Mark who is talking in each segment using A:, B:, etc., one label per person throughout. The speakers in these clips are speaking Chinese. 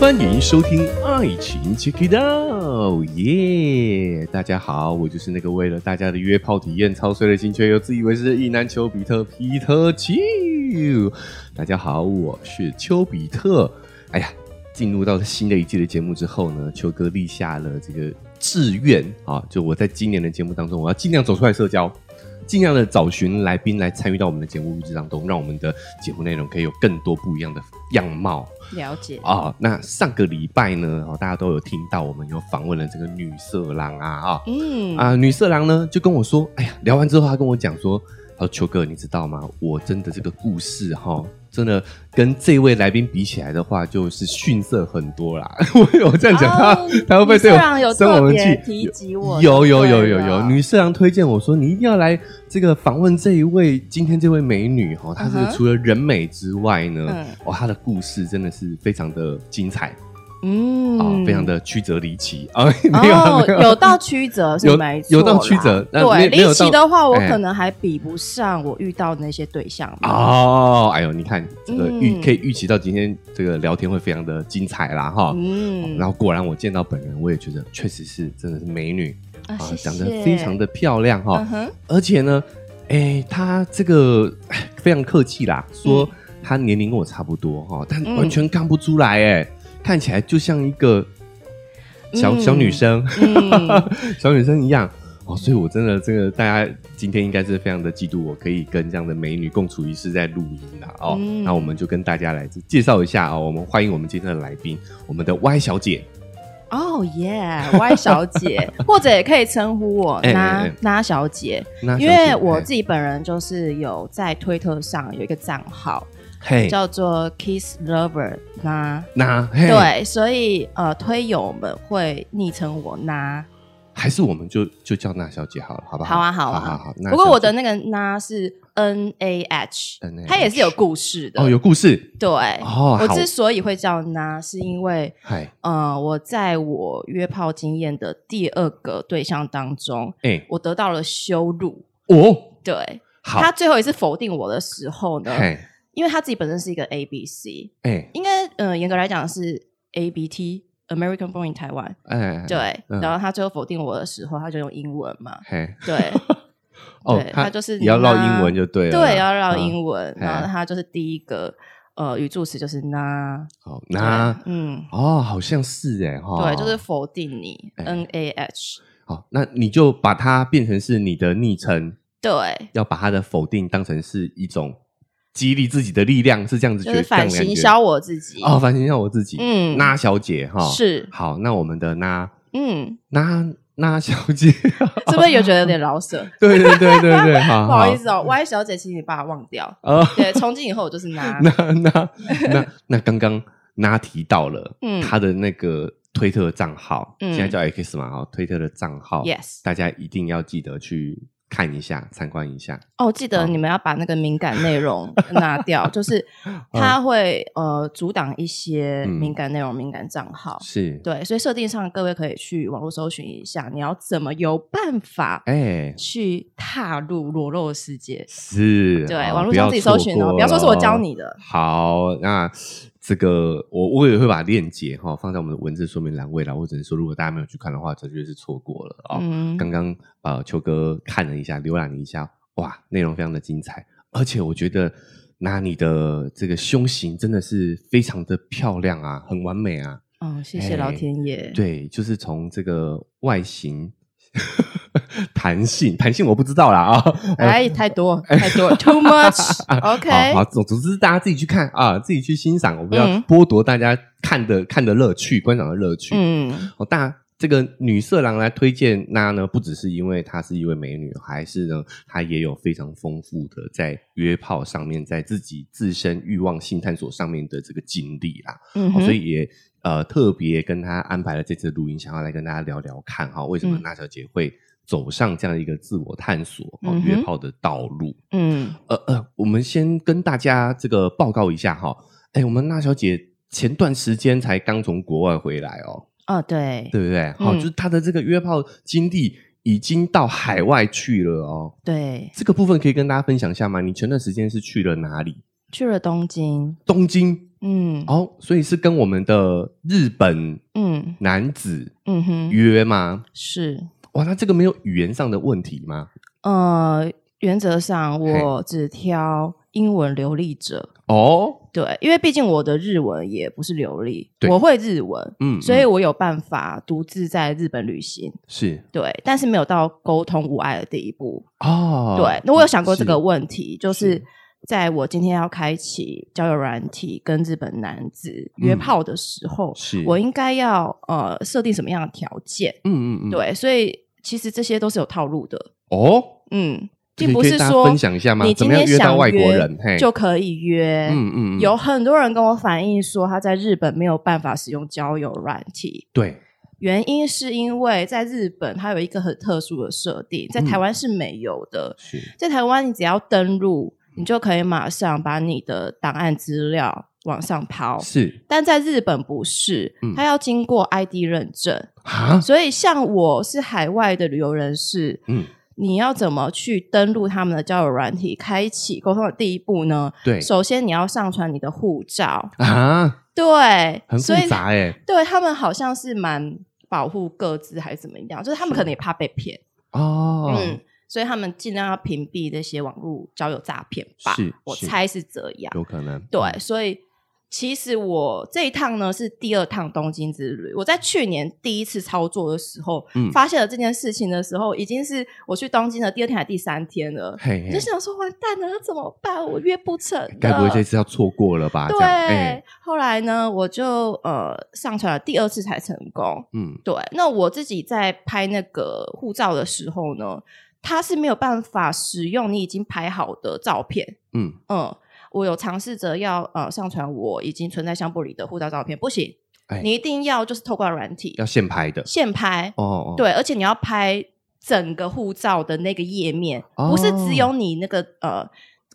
A: 欢迎收听《爱情 Check It Out》，耶！大家好，我就是那个为了大家的约炮体验操碎了心却又自以为是的意男丘比特皮特丘。大家好，我是丘比特。哎呀，进入到了新的一季的节目之后呢，丘哥立下了这个志愿啊，就我在今年的节目当中，我要尽量走出来社交。尽量的找寻来宾来参与到我们的节目录制当中，让我们的节目内容可以有更多不一样的样貌。
B: 了解，
A: 啊、那上个礼拜呢，哦，大家都有听到我们有访问了这个女色狼啊啊、
B: 嗯，
A: 啊，女色狼呢就跟我说，哎呀，聊完之后她跟我讲说，她说秋哥，你知道吗？我真的这个故事哈、真的跟这位来宾比起来的话，就是逊色很多啦。 我有这样讲她，
B: 哦
A: 她会不会对
B: 女色狼
A: 我
B: 有
A: 生我们
B: 特别
A: 气？
B: 提及我
A: 有有
B: 就
A: 有
B: 对
A: 有有，
B: 了
A: 女色狼推荐我说，你一定要来这个访问这一位今天这位美女哈、哦，她这
B: 嗯
A: 个
B: 哼
A: 除了人美之外呢，
B: 嗯
A: 哇，她的故事真的是非常的精彩
B: 嗯
A: 啊、非常的曲折离奇啊， 没有啊
B: 哦，
A: 没有啊
B: 有到曲折是
A: 有
B: 没错啦，
A: 有到曲折那没没
B: 对，
A: 有
B: 离奇
A: 到
B: 的话，我
A: 哎
B: 可能还比不上我遇到的那些对象嘛。
A: 哦，哎呦，你看这个预、
B: 嗯
A: 可以预期到今天这个聊天会非常的精彩啦哈。哦
B: 嗯
A: 然，后果然我见到本人，我也觉得确实是真的是美女
B: 啊谢谢
A: 长哦得非常的漂亮哈、
B: 嗯 哼，
A: 而且呢，哎，她这个哎非常客气啦，说她年龄跟我差不多哈，但
B: 嗯
A: 完全看不出来哎、看起来就像一个小、小女生，
B: 嗯
A: 小女生一样。哦，所以我真的这个大家今天应该是非常的嫉妒我，可以跟这样的美女共处一室在录音啦。哦，
B: 嗯
A: 那我们就跟大家来介绍一下哦，我们欢迎我们今天的来宾，我们的 Y 小姐。
B: 哦耶，Y 小姐，或者也可以称呼我
A: 哎哎
B: 那
A: 哎
B: 那小姐，
A: 那小姐
B: 因为我
A: 哎
B: 自己本人就是有在推特上有一个账号
A: 嘿，
B: 叫做 Kiss Lover 那。
A: 那嘿，，
B: 对，所以呃，推友们会昵称我那，
A: 还是我们就就叫那小姐好了，好不好？
B: 好啊，好啊，
A: 好好好。那
B: 不过我
A: 小
B: 的
A: 姐
B: 那个那是 N A H，
A: NAH
B: 它也是有故事的。
A: 哦有故事
B: 对，
A: 哦，
B: 我
A: 好
B: 之所以会叫那，是因为
A: 嗨
B: 呃，我在我约炮经验的第二个对象当中，
A: 哎
B: 我得到了羞辱。
A: 哦
B: 对
A: 好
B: 他最后一次否定我的时候呢，
A: 嘿
B: 因为他自己本身是一个 A B C，
A: 哎
B: 应该呃严格来讲是 A B T American Born in Taiwan。
A: 哎
B: 对，
A: 嗯
B: 然后他最后否定我的时候，他就用英文嘛，
A: 嘿
B: 对
A: 哦
B: 对，
A: 她
B: 他就是
A: 也要绕
B: 那
A: 英文就对了啦，
B: 对，要绕
A: 嗯
B: 英文，
A: 嘿
B: 然后他就是第一个呃语助词就是那
A: 好那
B: 对嗯，
A: 哦，好像是哎哈，
B: 对，就是否定你
A: 哎
B: N A H，
A: 好，那你就把它变成是你的昵称，
B: 对，
A: 要把它的否定当成是一种激励自己的力量，是这样子觉
B: 就
A: 得，
B: 是反
A: 这样感
B: 行
A: 觉
B: 销我自己，
A: 哦，反省一下我自己，
B: 嗯
A: 那哦小姐哈，
B: 是，
A: 好，那我们的那
B: 嗯，
A: 那那小姐，
B: 是不是有觉得有点老舍？
A: 对对对对 对，
B: 不
A: 好，
B: 好意
A: 思
B: 思哦，Y 小姐，请你把它忘掉。
A: 啊，
B: 对，从今以后我就是 那，
A: 那那 那那刚刚那提到了，
B: 嗯
A: 她的那个推特账号，
B: 嗯
A: 现在叫 X 嘛，哈，推特的账号
B: Yes
A: 大家一定要记得去看一下，参观一下。
B: 哦，记得你们要把那个敏感 内容拿掉，就是它会呃阻挡一些
A: 嗯
B: 敏感内容、敏感账号。
A: 是，
B: 对，所以设定上各位可以去网络搜寻一下，你要怎么有办法
A: 哎，
B: 去踏入裸露的世界？
A: 是，
B: 对，
A: 好
B: 网络
A: 不要
B: 上自己搜寻
A: 错
B: 哦，
A: 过
B: 不要说是我教
A: 咯
B: 你的。
A: 好，那这个我我也会把链接哈、放在我们的文字说明栏位啦。我只能说，如果大家没有去看的话，这就是错过了哦。
B: 嗯，
A: 刚刚呃，秋哥看了一下，浏览了一下，哇，内容非常的精彩，而且我觉得拿你的这个胸型真的是非常的漂亮啊，很完美啊。
B: 哦，谢
A: 哎
B: 谢老天爷。
A: 对，就是从这个外形。弹性，弹性我不知道啦啊、呃
B: 哎，太多太多，too much
A: 啊。
B: OK，
A: 好好，总总之大家自己去看啊，自己去欣赏，我们要
B: 嗯
A: 剥夺大家看的看的乐趣，观赏的乐趣。
B: 嗯，
A: 哦，大这个女色狼来推荐那呢，不只是因为她是一位美女，还是呢，她也有非常丰富的在约炮上面，在自己自身欲望性探索上面的这个经历啦。
B: 嗯
A: 哦
B: 哼，
A: 所以也呃特别跟她安排了这次录音，想要来跟大家聊聊看哈、为什么
B: 嗯
A: 那小姐会走上这样一个自我探索、哦
B: 嗯哼
A: 约炮的道路。
B: 嗯，
A: 呃呃，我们先跟大家这个报告一下哈、哎，我们那小姐前段时间才刚从国外回来哦，
B: 哦，对
A: 对不对？好、
B: 嗯
A: 就是她的这个约炮经历已经到海外去了哦。
B: 对，
A: 这个部分可以跟大家分享一下吗？你前段时间是去了哪里？
B: 去了东京，
A: 东京
B: 嗯
A: 哦，所以是跟我们的日本
B: 嗯
A: 男子
B: 嗯哼，
A: 约吗？
B: 是
A: 哇，那这个没有语言上的问题吗？
B: 呃，原则上我只挑英文流利者，
A: 哦，
B: 对，因为毕竟我的日文也不是流利
A: 对，
B: 我会日文，
A: 嗯，
B: 所以
A: 嗯
B: 我有办法独自在日本旅行，
A: 是
B: 对，但是没有到沟通无碍的地步。
A: 哦，
B: 对，那我有想过这个
A: 是
B: 问题，就是是在我今天要开启交友软体跟日本男子约
A: 嗯
B: 炮的时候，
A: 是
B: 我应该要呃设定什么样的条件？
A: 嗯嗯嗯，
B: 对，所以其实这些都是有套路的，
A: 哦，
B: 嗯，
A: 这
B: 并
A: 可
B: 不
A: 以
B: 是
A: 跟大家
B: 说
A: 分享一下吗
B: 你
A: 怎
B: 今
A: 么样
B: 天
A: 约到
B: 想
A: 外国
B: 约
A: 人嘿
B: 就可以约，
A: 嗯嗯嗯
B: 有很多人跟我反映说，他在日本没有办法使用交友软体，
A: 对，
B: 原因是因为在日本它有一个很特殊的设定，
A: 嗯
B: 在台湾是没有的。
A: 是
B: 在台湾，你只要登录，你就可以马上把你的档案资料往上抛。
A: 是
B: 但在日本不是
A: 嗯，
B: 它要经过 ID 认证，
A: 啊，
B: 所以像我是海外的旅游人士，
A: 嗯，
B: 你要怎么去登录他们的交友软体，开启沟通的第一步呢？
A: 对
B: 首先你要上传你的护照，
A: 啊，
B: 对，
A: 很复
B: 所以
A: 杂哎，
B: 对他们好像是蛮保护各自还是怎么样，就是他们可能也怕被骗，
A: 哦，
B: 嗯，所以他们尽量要屏蔽这些网络交友诈骗吧
A: 是，
B: 我
A: 是
B: 猜是这样。
A: 有可能，
B: 对，所以其实我这一趟呢是第二趟东京之旅。我在去年第一次操作的时候，
A: 嗯
B: 发现了这件事情的时候，已经是我去东京的第二天还是第三天了。
A: 嘿嘿
B: 我就，想说，完蛋了，那怎么办？我约不成了。
A: 该不会这次要错过了吧？这
B: 呃对，
A: 样哎，
B: 后来呢，我就呃上传了第二次才成功。
A: 嗯，
B: 对，那我自己在拍那个护照的时候呢，它是没有办法使用你已经拍好的照片。
A: 嗯，
B: 嗯，我有尝试着要呃上传我已经存在相簿里的护照照片，不行，
A: 哎
B: 你一定要就是透过软体
A: 要现拍的，
B: 现拍，
A: 哦，哦，
B: 对，而且你要拍整个护照的那个页面，
A: 哦
B: 不是只有你那个呃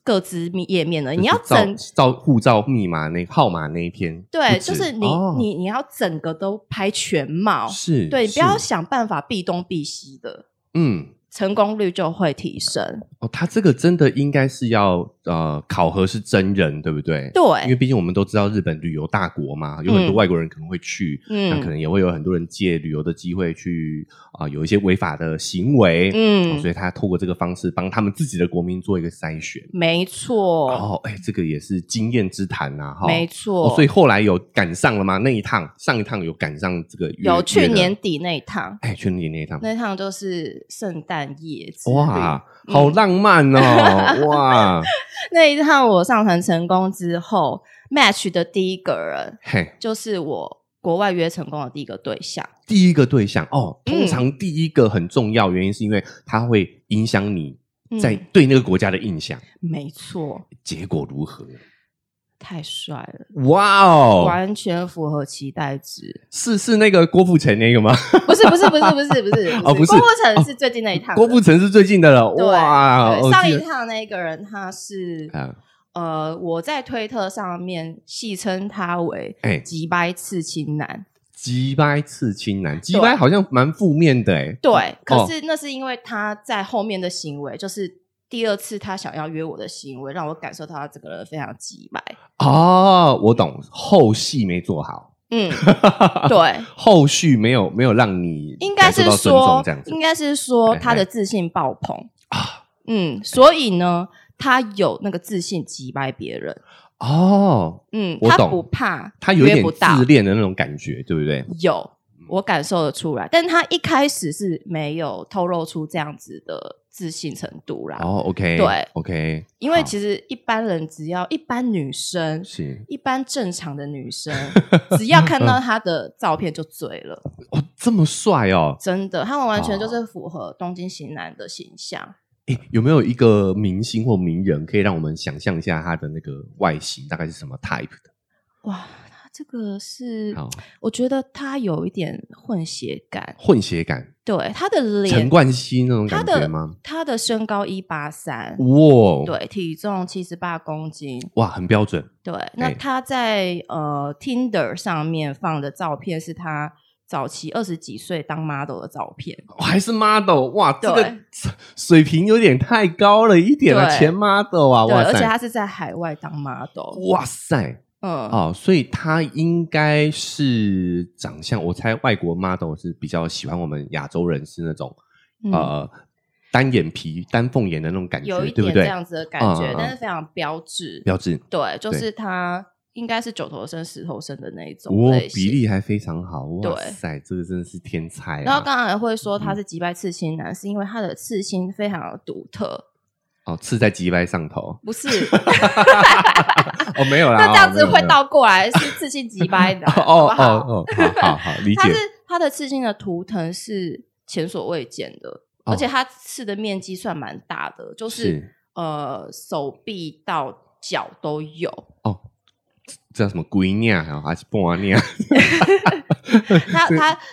B: 各自页面的，
A: 就是
B: 你要
A: 照
B: 整
A: 照护照密码那号码那一篇不止，
B: 对，就是你、
A: 哦
B: 你你要整个都拍全貌，
A: 是，
B: 对，不要
A: 是
B: 想办法避东避西的，
A: 嗯。
B: 成功率就会提升。
A: 哦，他这个真的应该是要呃考核是真人，对不对？因为
B: 对，
A: 毕竟我们都知道日本旅游大国嘛，有很多
B: 嗯
A: 外国人可能会去，那可
B: 嗯
A: 能也会有很多人借旅游的机会去啊、有一些违法的行为，哦所
B: 嗯，
A: 以他透过这个方式帮他们自己的国民做一个筛选。
B: 没错，
A: 哦，哎，这个也是经验之谈呐、哈。
B: 没
A: 哦
B: 错、
A: 所以后来有赶上了吗？那一趟，上一趟有赶上这个约
B: 有去
A: 约
B: 年，
A: 的
B: 底那一趟，
A: 哎，去年那一趟，
B: 那一趟就是圣诞夜之旅
A: 哇，
B: 嗯
A: 好浪漫 哦，哇，
B: 那一趟我上传成功之后，match 的第一个人
A: 嘿，
B: 就是我国外约成功的第一个对象。
A: 第一个对象哦，通
B: 嗯
A: 常第一个很重要，原因是因为它会影响你
B: 嗯
A: 在对那个国家的印象。
B: 没错，
A: 结果如何？
B: 太帅了，
A: 哇哦，
B: 完全符合期待值。
A: 是是那个郭富城那个吗？
B: 不是不是不是不是不是
A: 哦不是
B: 郭富城呃是最近那一 趟的，
A: 郭富城是最近的了，
B: 对
A: 哇，
B: 对
A: 我
B: 上
A: 记
B: 一
A: 得
B: 趟那个人他是
A: 啊，
B: 呃，我在推特上面戏称他为
A: 哎
B: “急掰刺青男”，
A: 鸡掰刺青男，鸡掰好像蛮负面的哎，
B: 对，
A: 哦
B: 可是那是因为他在后面的行为，就是第二次他想要约我的行为，让我感受到他整个人非常急白。
A: 哦，我懂，后戏没做好，
B: 嗯，对，
A: 后续没有没有让你
B: 应该是
A: 感受到尊重
B: 说
A: 这样，子
B: 应该是说
A: 哎
B: 他的自信爆棚
A: 啊
B: 嗯，所以呢，他有那个自信击败别人。
A: 哦，
B: 嗯，
A: 我
B: 他
A: 懂
B: 不怕，
A: 他有一
B: 约
A: 点
B: 不到
A: 自恋的那种感觉，对不对？
B: 有，我感受得出来。但他一开始是没有透露出这样子的自信程度啦，
A: 哦，OK，
B: 对
A: ，OK，
B: 因为
A: 好
B: 其实一般人只要一般女生
A: 是
B: 一般正常的女 生，只要看到她的照片就醉了，
A: 哦，这么帅哦，
B: 真的，她们完全就是符合东京型男的形象。
A: 诶，有没有一个明星或名人可以让我们想象一下他的那个外形大概是什么 type 的？
B: 哇，她这个是，
A: 好，
B: 我觉得她有一点混血感，
A: 混血感，
B: 对，她的
A: 陈
B: 脸，
A: 冠希那种
B: 她
A: 感觉
B: 的
A: 吗？
B: 她的身高一八三。
A: 哇，，
B: 对，体重七十八公斤。
A: 哇，很标准哎
B: 对，那她在呃 Tinder 上面放的照片是她早期二十几岁当 model 的照片。
A: 还是 model 哇，这个
B: 对
A: 水平有点太高了一点了，
B: 对
A: 前 model 啊，
B: 对，
A: 哇
B: 而且
A: 塞，
B: 他是在海外当 model。
A: 哇塞，
B: 嗯，
A: 哦，所以他应该是长相，我猜外国 model 是比较喜欢我们亚洲人是那种、
B: 嗯
A: 呃单眼皮、单凤眼的那种感觉
B: 有一，
A: 对不
B: 点这
A: 对？
B: 样子的感
A: 嗯
B: 觉，
A: 嗯嗯
B: 但是非常标志。
A: 标志，
B: 对，就
A: 对
B: 是他应该是九头身、十头身的那一种
A: 哇
B: 类，型
A: 比。例还非常好，哇
B: 对
A: 塞，这个真的是天才
B: 然后
A: 啊！
B: 刚才会说他是击败刺青男，是因为他的刺青非常的独特，
A: 哦，刺在鸡掰上头，
B: 不是？
A: 哦，没有啦，
B: 啊那这样子
A: 哦啊没
B: 会
A: 有
B: 倒过来是刺青击败 男，
A: 哦
B: 好
A: 哦
B: 不 好？
A: 哦哦，好好好，理
B: 他
A: 解
B: 是他的刺青的图腾是前所未见的，
A: 哦
B: 而且他刺的面积算蛮大的，就是呃手臂到脚 都有。
A: 哦，这叫什么龟尿还还是半尿？
B: 他
A: 所以
B: 他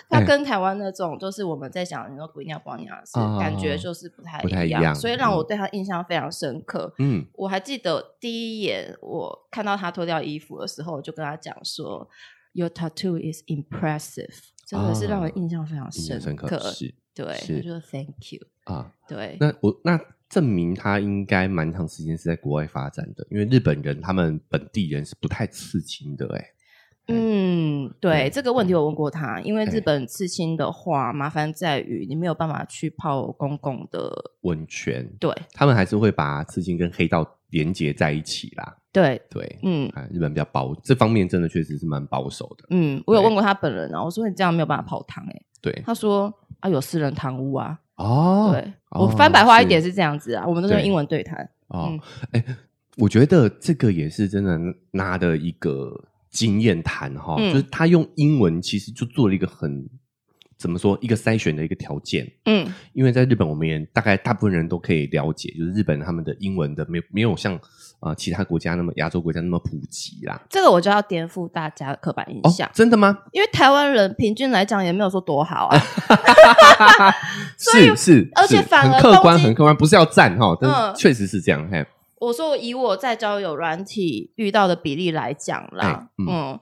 B: 他
A: 哎
B: 跟台湾那种就是我们在讲你说鬼尿光尿是
A: 啊
B: 感觉就是不太
A: 不太一
B: 样，
A: 样
B: 所以让我对他印象非常深刻。
A: 嗯，
B: 我还记得第一眼我看到他脱掉衣服的时候，我就跟他讲说，Your tattoo is impressive，真的是让人印象非常
A: 啊印
B: 深
A: 象深刻嗯是
B: 对，
A: 是
B: 他就说 Thank you。
A: 啊。
B: 对，
A: 那我那证明他应该蛮长时间是在国外发展的，因为日本人他们本地人是不太刺青的、欸，哎，
B: 嗯，对
A: 对
B: 这个问题我问过他，因为
A: 哎
B: 日本刺青的话，麻烦在于你没有办法去泡公共的，
A: 温泉，
B: 对
A: 他们还是会把刺青跟黑道连结在一起啦。
B: 对，
A: 对，
B: 嗯
A: 啊，日本比较保这方面真的确实是蛮保守的。
B: 嗯，我有
A: 对
B: 问过他本人啊，我说你这样没有办法泡汤哎、
A: 对，
B: 他说啊有私人堂屋啊，
A: 哦，
B: 对、
A: 哦
B: 我翻白话一点
A: 是
B: 是这样子啊，我们都是用
A: 对
B: 英文对谈，
A: 哦
B: 嗯，
A: 哎、我觉得这个也是真的拿的一个经验谈哈，
B: 嗯
A: 就是他用英文其实就做了一个很怎么说一个筛选的一个条件，
B: 嗯
A: 因为在日本我们也大概大部分人都可以了解，就是日本他们的英文的没有没有像啊、呃其他国家那么亚洲国家那么普及啦。
B: 这个我就要颠覆大家的刻板印
A: 哦
B: 象，，
A: 真的吗？
B: 因为台湾人平均来讲也没有说多好啊，所以
A: 是是，
B: 而且
A: 是
B: 反而
A: 很客观，
B: 东京
A: 很客观，不是要赞哈，但
B: 嗯
A: 是确实是这样。嘿，
B: 我说以我在交友软体遇到的比例来讲啦，
A: 哎
B: 嗯，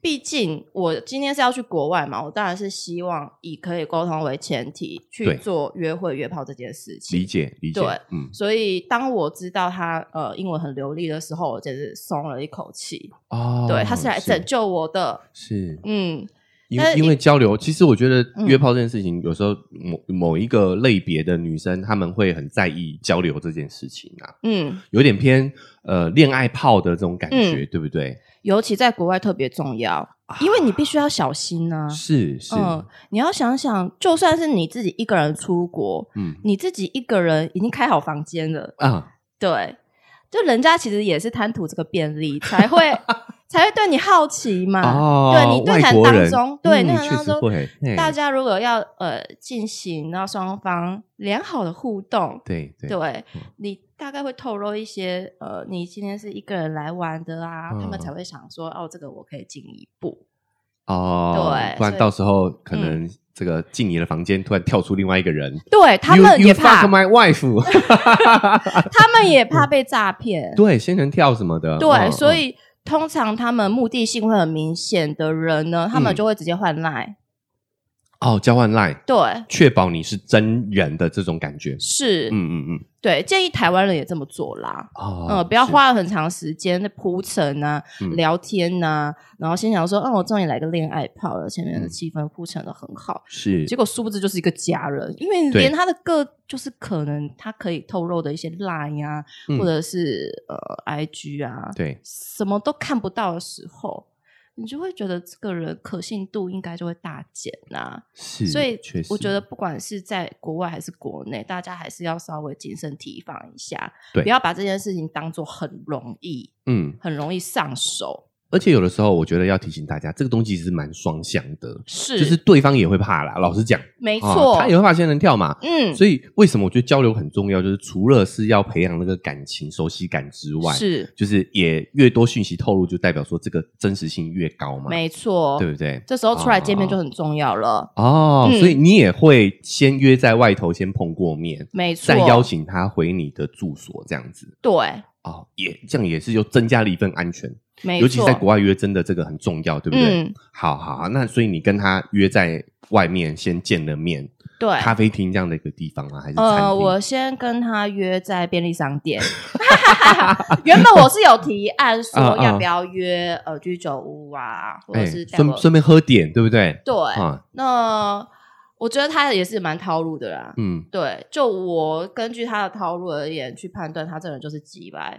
B: 毕竟我今天是要去国外嘛，我当然是希望以可以沟通为前提去
A: 对
B: 做约会约炮这件事情
A: 理。解理解
B: 对，
A: 嗯，
B: 所以当我知道他呃英文很流利的时候，我简直松了一口气。
A: 哦，
B: 对，他是来拯救我的，
A: 是
B: 嗯，
A: 因
B: 但是
A: 因为交流，其实我觉得
B: 嗯
A: 约炮这件事情，有时候某某一个类别的女生，她们会很在意交流这件事情啊，
B: 嗯，
A: 有点偏呃恋爱炮的这种感觉，对不对？啊
B: 尤其在国外特别重要，嗯因为你必须要小心啊呢、
A: 是是，
B: 嗯，你要想想，就算是你自己一个人出国，
A: 嗯
B: 你自己一个人已经开好房间了，
A: 啊，
B: 对，就人家其实也是贪图这个便利，才会 才会对你好奇嘛。
A: 哦，
B: 啊对你对
A: 外
B: 谈
A: 国人
B: 当中，对
A: 嗯
B: 那个
A: 确
B: 当
A: 实
B: 中，
A: 会，嘿
B: 大家如果要呃进行到双方良好的互动，
A: 对对
B: 对
A: 嗯
B: 你大概会透露一些呃，你今天是一个人来玩的啊，他们
A: 嗯
B: 才会想说哦，这个我可以进一步。
A: 哦，
B: 对
A: 不然
B: 所以嗯
A: 到时候可能这个进你的房间，突然跳出另外一个人，
B: 对他们
A: you,
B: 也
A: you
B: 怕
A: fuck，my wife，
B: 他们也
A: 嗯
B: 怕被诈骗。
A: 对，仙人跳什么的，
B: 对，
A: 嗯
B: 所
A: 嗯
B: 以通常他们目的性会很明显的人呢，他们
A: 嗯
B: 就会直接换 line。
A: 哦，交换 line。
B: 对，
A: 确保你是真人的这种感觉。
B: 是，
A: 嗯嗯嗯，
B: 对，建议台湾人也这么做啦。
A: 哦，
B: 嗯，不要
A: 是，
B: 花了很长时间在铺陈啊、
A: 嗯
B: 聊天呐、然后心想说，嗯，我终于来个恋爱炮了，前面的
A: 嗯
B: 气氛铺陈的很好，
A: 是
B: 结果殊不知就是一个假人，因为
A: 对
B: 连他的个就是可能他可以透露的一些 line 啊，
A: 嗯
B: 或者是呃 IG 啊，
A: 对
B: 什么都看不到的时候，你就会觉得这个人可信度应该就会大减呐、
A: 是，
B: 所以
A: 嗯确实
B: 我觉得不管是在国外还是国内，大家还是要稍微谨慎提防一下，
A: 对
B: 不要把这件事情当做很容易、
A: 嗯，
B: 很容易上手。
A: 而且有的时候我觉得要提醒大家，这个东西是蛮双向的，
B: 是，
A: 就是对方也会怕啦。老实讲，
B: 没
A: 没
B: 错，
A: 他也会怕仙人跳嘛。
B: 嗯，
A: 所以为什么我觉得交流很重要？就是除了是要培养那个感情熟悉感之外，
B: 是
A: 就是也越多讯息透露，就代表说这个真实性越高嘛，
B: 没错，
A: 对不啊对？
B: 这时候出来见面就很重要了。
A: 哦，
B: 嗯
A: 所以你也会先约在外头先碰过面，
B: 没错，
A: 再邀请他回你的住所，这样子
B: 对，
A: 哦，也这样也是又增加了一份安全。
B: 没错，
A: 尤其是在国外约，真的这个很重要，对不对？
B: 嗯
A: 好好，好那所以你跟他约在外面先见了面，
B: 对，
A: 咖啡厅这样的一个地方吗？还是餐
B: 呃，
A: 厅？
B: 我先跟他约在便利商店。 原本我是有提案说
A: 啊啊
B: 要不要约呃居酒屋啊，或者
A: 哎
B: 是带
A: 顺
B: 我
A: 顺便喝点，对不对？
B: 对。
A: 啊，
B: 那我觉得他也是蛮套路的啦。
A: 嗯，
B: 对，就我根据他的套路而言去判断，他这人就是鸡 掰。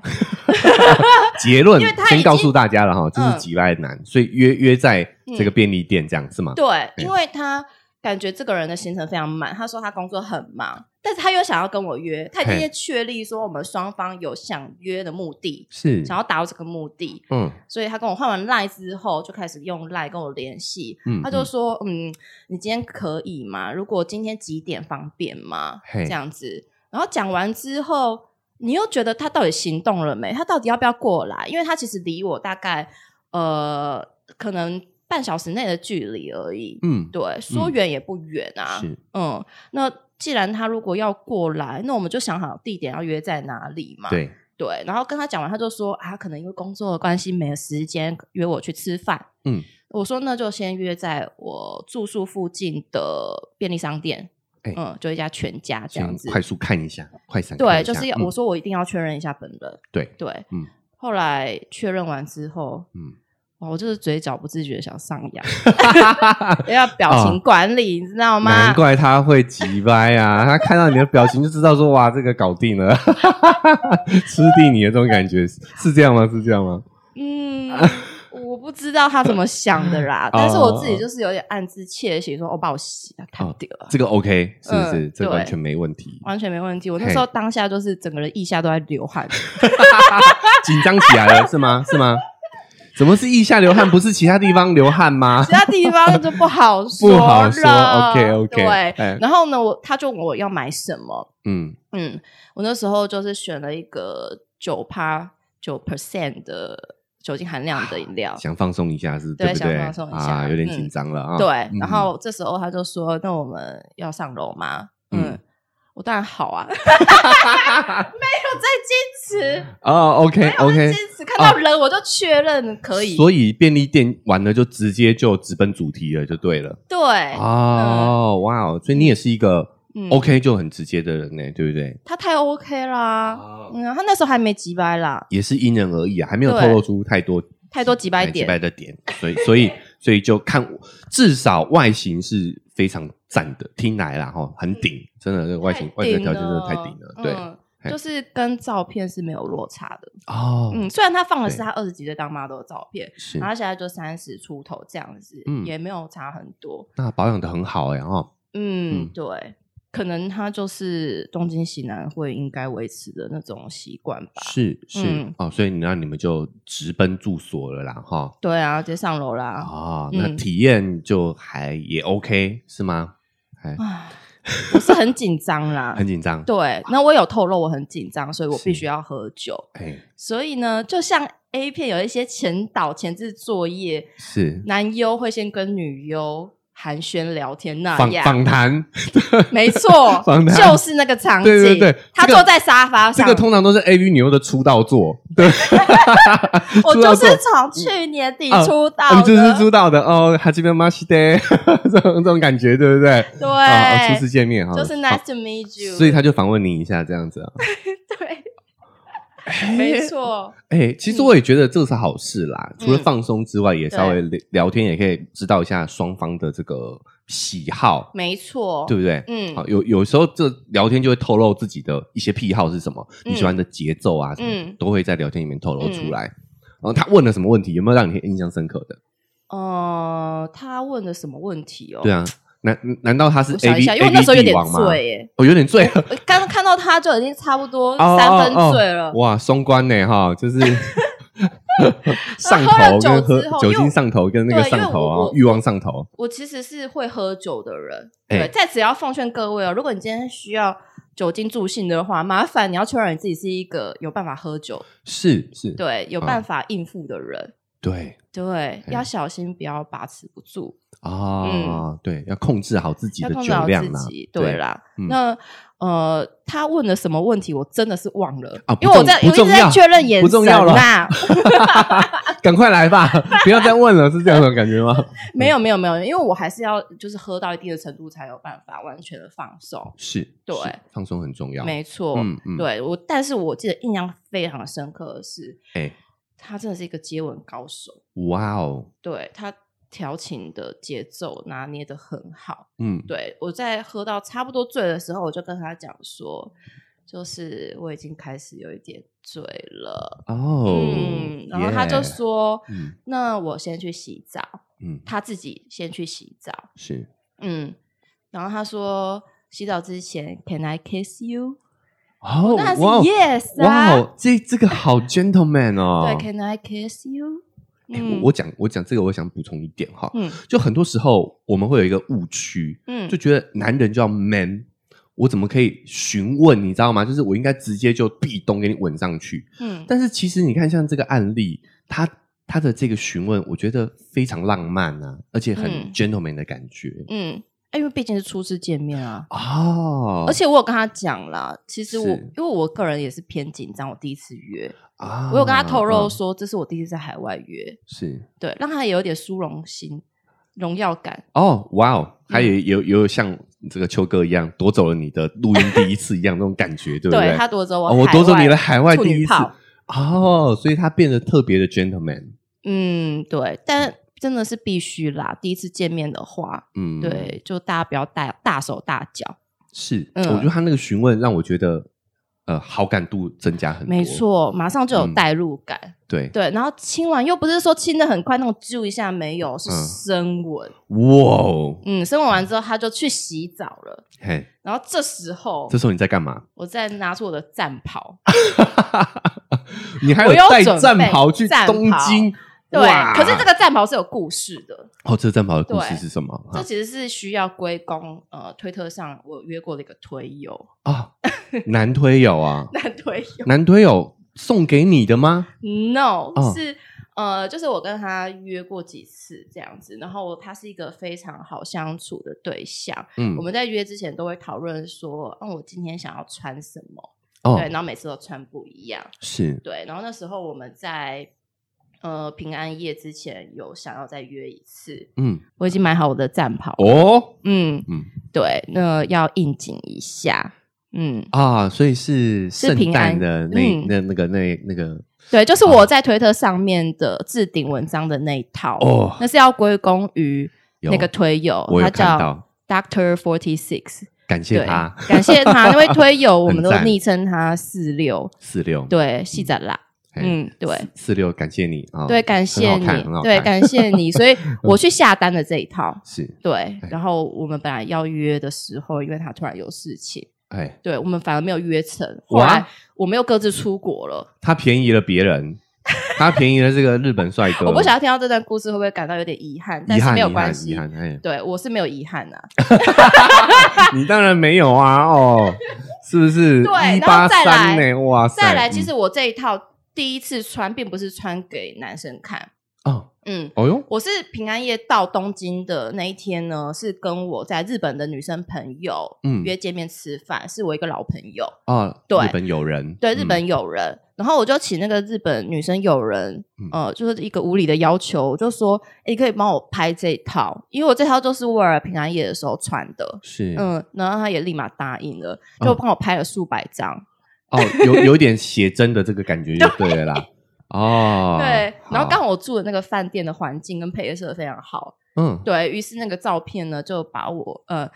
A: 结论
B: 因为他已
A: 先
B: 经
A: 告诉大家了哈，这是
B: 嗯
A: 几外男，所以约约在这个便利店这样是吗？
B: 对，因为他感觉这个人的行程非常满，他说他工作很忙，但是他又想要跟我约，他已
A: 嘿
B: 经确立说我们双方有想约的目的，
A: 是，
B: 想要达到这个目的。
A: 嗯
B: 所以他跟我换完赖之后，就开始用赖跟我联系。
A: 嗯，
B: 他就说：“嗯，你今天可以吗？如果今天几点方便吗？
A: 嘿
B: 这样子。”然后讲完之后，你又觉得他到底行动了没？他到底要不要过来？因为他其实离我大概呃，可能半小时内的距离而已。
A: 嗯，
B: 对，说
A: 嗯
B: 远也不远啊。
A: 是，
B: 嗯，那既然他如果要过来，那我们就想好地点要约在哪里嘛。
A: 对，
B: 对，然后跟他讲完，他就说啊，可能因为工作的关系没有时间约我去吃饭。
A: 嗯，
B: 我说那就先约在我住宿附近的便利商店，
A: 哎
B: 嗯，就一家全家这样
A: 先
B: 子。
A: 快速看一下，快闪看
B: 对，
A: 一下
B: 就是要、
A: 嗯
B: 我说我一定要确认一下本人。
A: 对，
B: 对，
A: 嗯
B: 后来确认完之后，
A: 嗯，
B: 哇，我就是嘴角不自觉地想上扬，要表情管理，你知道吗？
A: 哦 难怪他会急掰 啊！他看到你的表情就知道说，哇，这个搞定了， 吃定你的这种感觉是是这样吗？是这样吗？
B: 嗯，我不知道他怎么想的
A: 哦
B: 啦，但是我自己就是有点暗自窃喜，说我把我洗了，太丢了，
A: 这个 OK 是不是？
B: 嗯
A: 这
B: 对
A: 完全没问题，
B: 完全没问题。我那时候当下就是整个人腋下都在流 汗，
A: 紧张起来了是吗？ 是吗？怎么是腋下流汗，不是其他地方流汗吗
B: 其？他地方就不好说
A: 不
B: 了。
A: 好说，OK，OK，
B: 对，
A: 哎
B: 然后呢，我他就问我要买什么，
A: 嗯，
B: 嗯，我那时候就是选了一个九趴九 percent 的酒精含量的饮料，
A: 想放松一下是，不
B: 对
A: 对？
B: 想放松一下
A: 啊，有点
B: 嗯
A: 紧张了啊。
B: 对
A: 嗯，
B: 然后这时候他就说：“那我们要上楼吗？”
A: 嗯
B: 嗯，我当然好 啊，没有在坚持，
A: 哦，OK，OK，
B: 坚持看到人我就确认可
A: 啊
B: 以，
A: 所以便利店完了就直接就直奔主题了，就对了。
B: 对，
A: 哦，哇哦，所以你也是一个
B: 哎嗯
A: 啊 OK 就很直接的人呢，对不对？
B: 他太 OK 啦。
A: 哦，
B: 嗯，他那时候还没急掰啦，
A: 也是因人而异啊，还没有
B: 对
A: 透露出太多
B: 太多急掰
A: 哎几
B: 点
A: 百的点，所以 所以所以就看，至少外形是非常赞的，听来啦哈，很顶，真的这个外形外
B: 嗯太
A: 在
B: 顶
A: 条件真的
B: 了
A: 太顶了，对，
B: 嗯
A: 嘿
B: 就是跟照片是没有落差的。
A: 哦，
B: 嗯，虽然他放的
A: 对
B: 是他二十几岁当 model 的照片，
A: 是
B: 然后，他现在就三十出头这样子
A: 嗯，
B: 也没有差很多。
A: 那保养的很好哎哈，嗯
B: 嗯，对，可能他就是东京喜男会应该维持的那种习惯吧。
A: 是是
B: 嗯
A: 哦，所以你让你们就直奔住所了啦哈，
B: 对啊，直接上楼啦。
A: 哦，那
B: 嗯
A: 体验就还也 OK 是吗？哎，
B: 啊，我是很紧张啦
A: 很。紧张，
B: 对，那我有透露我很紧张，所以我
A: 是
B: 必须要喝酒。
A: 哎，
B: 所以呢，就像 A 片有一些前导前置作业，
A: 是
B: 男优会先跟女优寒暄聊天那
A: 访
B: 样，
A: 访谈，
B: 没错
A: 访，谈
B: 就是那个场景。
A: 对对对
B: 他
A: 这个
B: 坐在沙发
A: 这
B: 上，
A: 个通常都是 AV 女优的出道作，对，
B: 我
A: 出道
B: 就
A: 作
B: 是从去年底
A: 啊
B: 出道
A: 我
B: 的，
A: 们就是出道的哦，哈基边马西德 这种这种感觉，对不对？
B: 对，
A: 哦哦初次见面哈，
B: 就是 nice
A: 好
B: to meet you。
A: 所以他就访问你一下这样子啊。
B: 对， 没错，
A: 哎，其实我也觉得这是好事啦，除了
B: 嗯
A: 放松之外，也稍微聊聊天，也可以知道一下双方的这个喜好，
B: 没错，
A: 对不对？
B: 嗯
A: 好，有有时候这聊天就会透露自己的一些癖好是什么，
B: 嗯
A: 你喜欢的节奏啊，什么
B: 嗯
A: 都会在聊天里面透露出来。然后他问了什么问题，有没有让你印象深刻的？
B: 呃，他问的什么问题哦？
A: 对啊，难难道他是
B: 我
A: A
B: 想
A: V
B: 一下，因
A: A
B: 为我那时候有
A: V 帝
B: 点
A: 王吗？
B: 醉耶，
A: 哦，有点醉 了，
B: 我刚看到他就已经差不多
A: 哦
B: 三分
A: 哦哦
B: 醉了。
A: 哇，松关呢哈，就是 上
B: 喝
A: 头
B: 了
A: 跟
B: 酒
A: 喝
B: 之后
A: 酒
B: 因为
A: 精上头跟那个
B: 对因为
A: 上头
B: 我
A: 啊
B: 我，
A: 欲望上头，
B: 我其实是会喝酒的人，
A: 哎
B: 对。再只要奉劝各位哦，如果你今天需要酒精助兴的话，麻烦你要确认你自己是一个有办法喝酒，
A: 是是，
B: 对，有
A: 啊
B: 办法应付的人。
A: 对
B: 对，
A: 嗯
B: 要小心不要把持不住。
A: 啊，对，要控制好自己
B: 嗯要
A: 的
B: 控制
A: 酒
B: 好
A: 量
B: 自
A: 啦
B: 己，，对啦。
A: 嗯
B: 那呃，他问了什么问题，我真的是忘了，
A: 啊不
B: 因为我
A: 重
B: 在
A: 不
B: 我一直
A: 重要
B: 在确认眼
A: 不
B: 神
A: 重要了
B: 啦。
A: 赶快来吧，不要再问了，是这样的感觉吗？
B: 没有没有没有，因为我还是要就是喝到一定的程度才有办法完全的放松。
A: 是，
B: 对
A: 是，放松很重要。
B: 没错，
A: 嗯嗯
B: 对我，但是我记得印象非常深刻的是，
A: 哎，
B: 他真的是一个接吻高手，
A: 哇哦，
B: 对他调情的节奏拿捏的很好。
A: 嗯，
B: 对我在喝到差不多醉的时候，我就跟他讲说，就是我已经开始有一点醉了。
A: 哦，
B: 嗯，然后他就
A: yeah，
B: 说
A: 嗯
B: 那我先去洗澡，
A: 嗯，
B: 他自己先去洗澡。
A: 是
B: 嗯，然后他说洗澡之前，Can I kiss you？
A: 哦，
B: 那是
A: 哇哦
B: Yes
A: 哇
B: 啊，
A: 哦，这这个 好 gentleman 哦。
B: 对，Can I kiss you？
A: 哎
B: 嗯
A: 我我讲我讲这个，我想补充一点哈，
B: 嗯
A: 就很多时候我们会有一个误区，
B: 嗯
A: 就觉得男人就要 man，我怎么可以询问？你知道吗？就是我应该直接就壁咚给你吻上去。
B: 嗯，
A: 但是其实你看，像这个案例，他他的这个询问，我觉得非常浪漫啊，而且很
B: 嗯
A: gentleman 的感觉。
B: 嗯，哎因为毕竟是初次见面啊。
A: 哦，
B: 而且我有跟他讲啦，其实我
A: 是
B: 因为我个人也是偏紧张，我第一次约，
A: 啊
B: 我有跟他透露
A: 嗯
B: 说，这是我第一次在海外约，
A: 是
B: 对，让他有一点殊荣心、荣耀感。
A: 哦，哇哦，他
B: 嗯
A: 也有有像这个秋哥一样夺走了你的录音第一次一样那种感觉， 对不对？
B: 他夺走我、
A: 哦我夺走你的海外
B: 处
A: 第
B: 女
A: 一次
B: 炮
A: 哦，所以他变得特别的 gentleman。
B: 嗯，对，但真的是必须啦。第一次见面的话，
A: 嗯，
B: 对，就大家不要大大手大脚，
A: 是，
B: 嗯
A: 我觉得他那个询问让我觉得呃好感度增加很多，
B: 没，错，马上就有
A: 嗯
B: 代入感。
A: 对，
B: 对，然后亲完又不是说亲的很快，那种揪一下没有，是
A: 嗯
B: 深吻。
A: 哇哦，
B: 嗯，深吻完之后他就去洗澡了，
A: 嘿，
B: 然后这时候
A: 这时候你在干嘛？
B: 我再拿出我的战袍，
A: 你还
B: 我有
A: 带
B: 准备
A: 战袍去
B: 战
A: 东
B: 袍
A: 京？
B: 对
A: 哇，
B: 可是这个战袍是有故事的，
A: 哦，这战袍的故事
B: 对
A: 是什么？
B: 这
A: 啊
B: 其实是需要归功呃，推特上我约过的一个推友，
A: 啊，男推友啊，
B: 男推友
A: 男推友送给你的吗？
B: ，no，、
A: 哦
B: 是呃，就是我跟他约过几次这样子，然后他是一个非常好相处的对象。
A: 嗯
B: 我，们在约之前都会讨论说，嗯，我今天想要穿什么，
A: 哦
B: 对，，然后每次都穿不一样，
A: 是
B: 对，然后那时候我们在。呃，平安夜之前有想要再约一次，
A: 嗯，
B: 我已经买好我的战袍，
A: 哦，
B: 嗯
A: 嗯
B: 嗯，对，那要应景一下，嗯，
A: 啊，所以是
B: 是
A: 圣
B: 平
A: 诞
B: 安
A: 的那、
B: 嗯
A: 那那个那那个
B: 对，就是我在推特上面的置顶文章的那一套，
A: 哦
B: 那是要归功于
A: 有
B: 那个推友
A: 我，有
B: 他
A: 看
B: 叫
A: 到，
B: Doctor Forty Six，
A: 感谢
B: 对
A: 他，
B: 感谢他，那位推 友，我们都
A: 很赞
B: 昵称他四六，
A: 四六，
B: 对，细仔啦，
A: 嘿，
B: 嗯，对。
A: 四六，感谢你啊，
B: 对，感谢
A: 很好看
B: 你
A: 很好，
B: 对，
A: 看
B: 感谢 你，所以我去下单的这一套，
A: 是，
B: 对
A: 哎。
B: 然后我们本来要约的时候，因为他突然有事情，
A: 哎，
B: 对我们反而没有约成。后
A: 哇
B: 来我们又各自出国了。
A: 他便宜了别人，他便宜了这个日本帅哥，
B: 我不想要听到这段故事，会不会感到有点遗憾？但
A: 呃遗
B: 是
A: 憾
B: 没有
A: 遗
B: 关
A: 憾
B: 系，
A: 遗，憾，哎
B: 对我是没有遗憾呐、啊
A: 你当然没有啊，哦，是不是？
B: 对
A: 一
B: 然后
A: 八
B: 再
A: 三
B: 来
A: 呢，哇塞，
B: 再来，其
A: 嗯
B: 实我这一套第一次穿，并不是穿给男生看，
A: 哦，
B: 嗯。
A: 哦哟，
B: 我是平安夜到东京的那一天呢，是跟我在日本的女生朋友
A: 嗯
B: 约见面吃饭，是我一个老朋友，
A: 哦，
B: 对
A: 日本友人，
B: 对
A: 嗯
B: 日本友人。然后我就请那个日本女生友人，
A: 嗯
B: 呃，就是一个无理的要求，我就说，诶你可以帮我拍这一套，因为我这套就是为了平安夜的时候穿的，
A: 是，嗯
B: 嗯，然后她也立马答应了，就帮我拍了数百张。
A: 哦，有有点写真的这个感觉就对了 啦。哦，
B: 对，然后刚
A: 好
B: 好我住的那个饭店的环境跟配色非常好，
A: 嗯，
B: 对于是那个照片呢，就把我呃，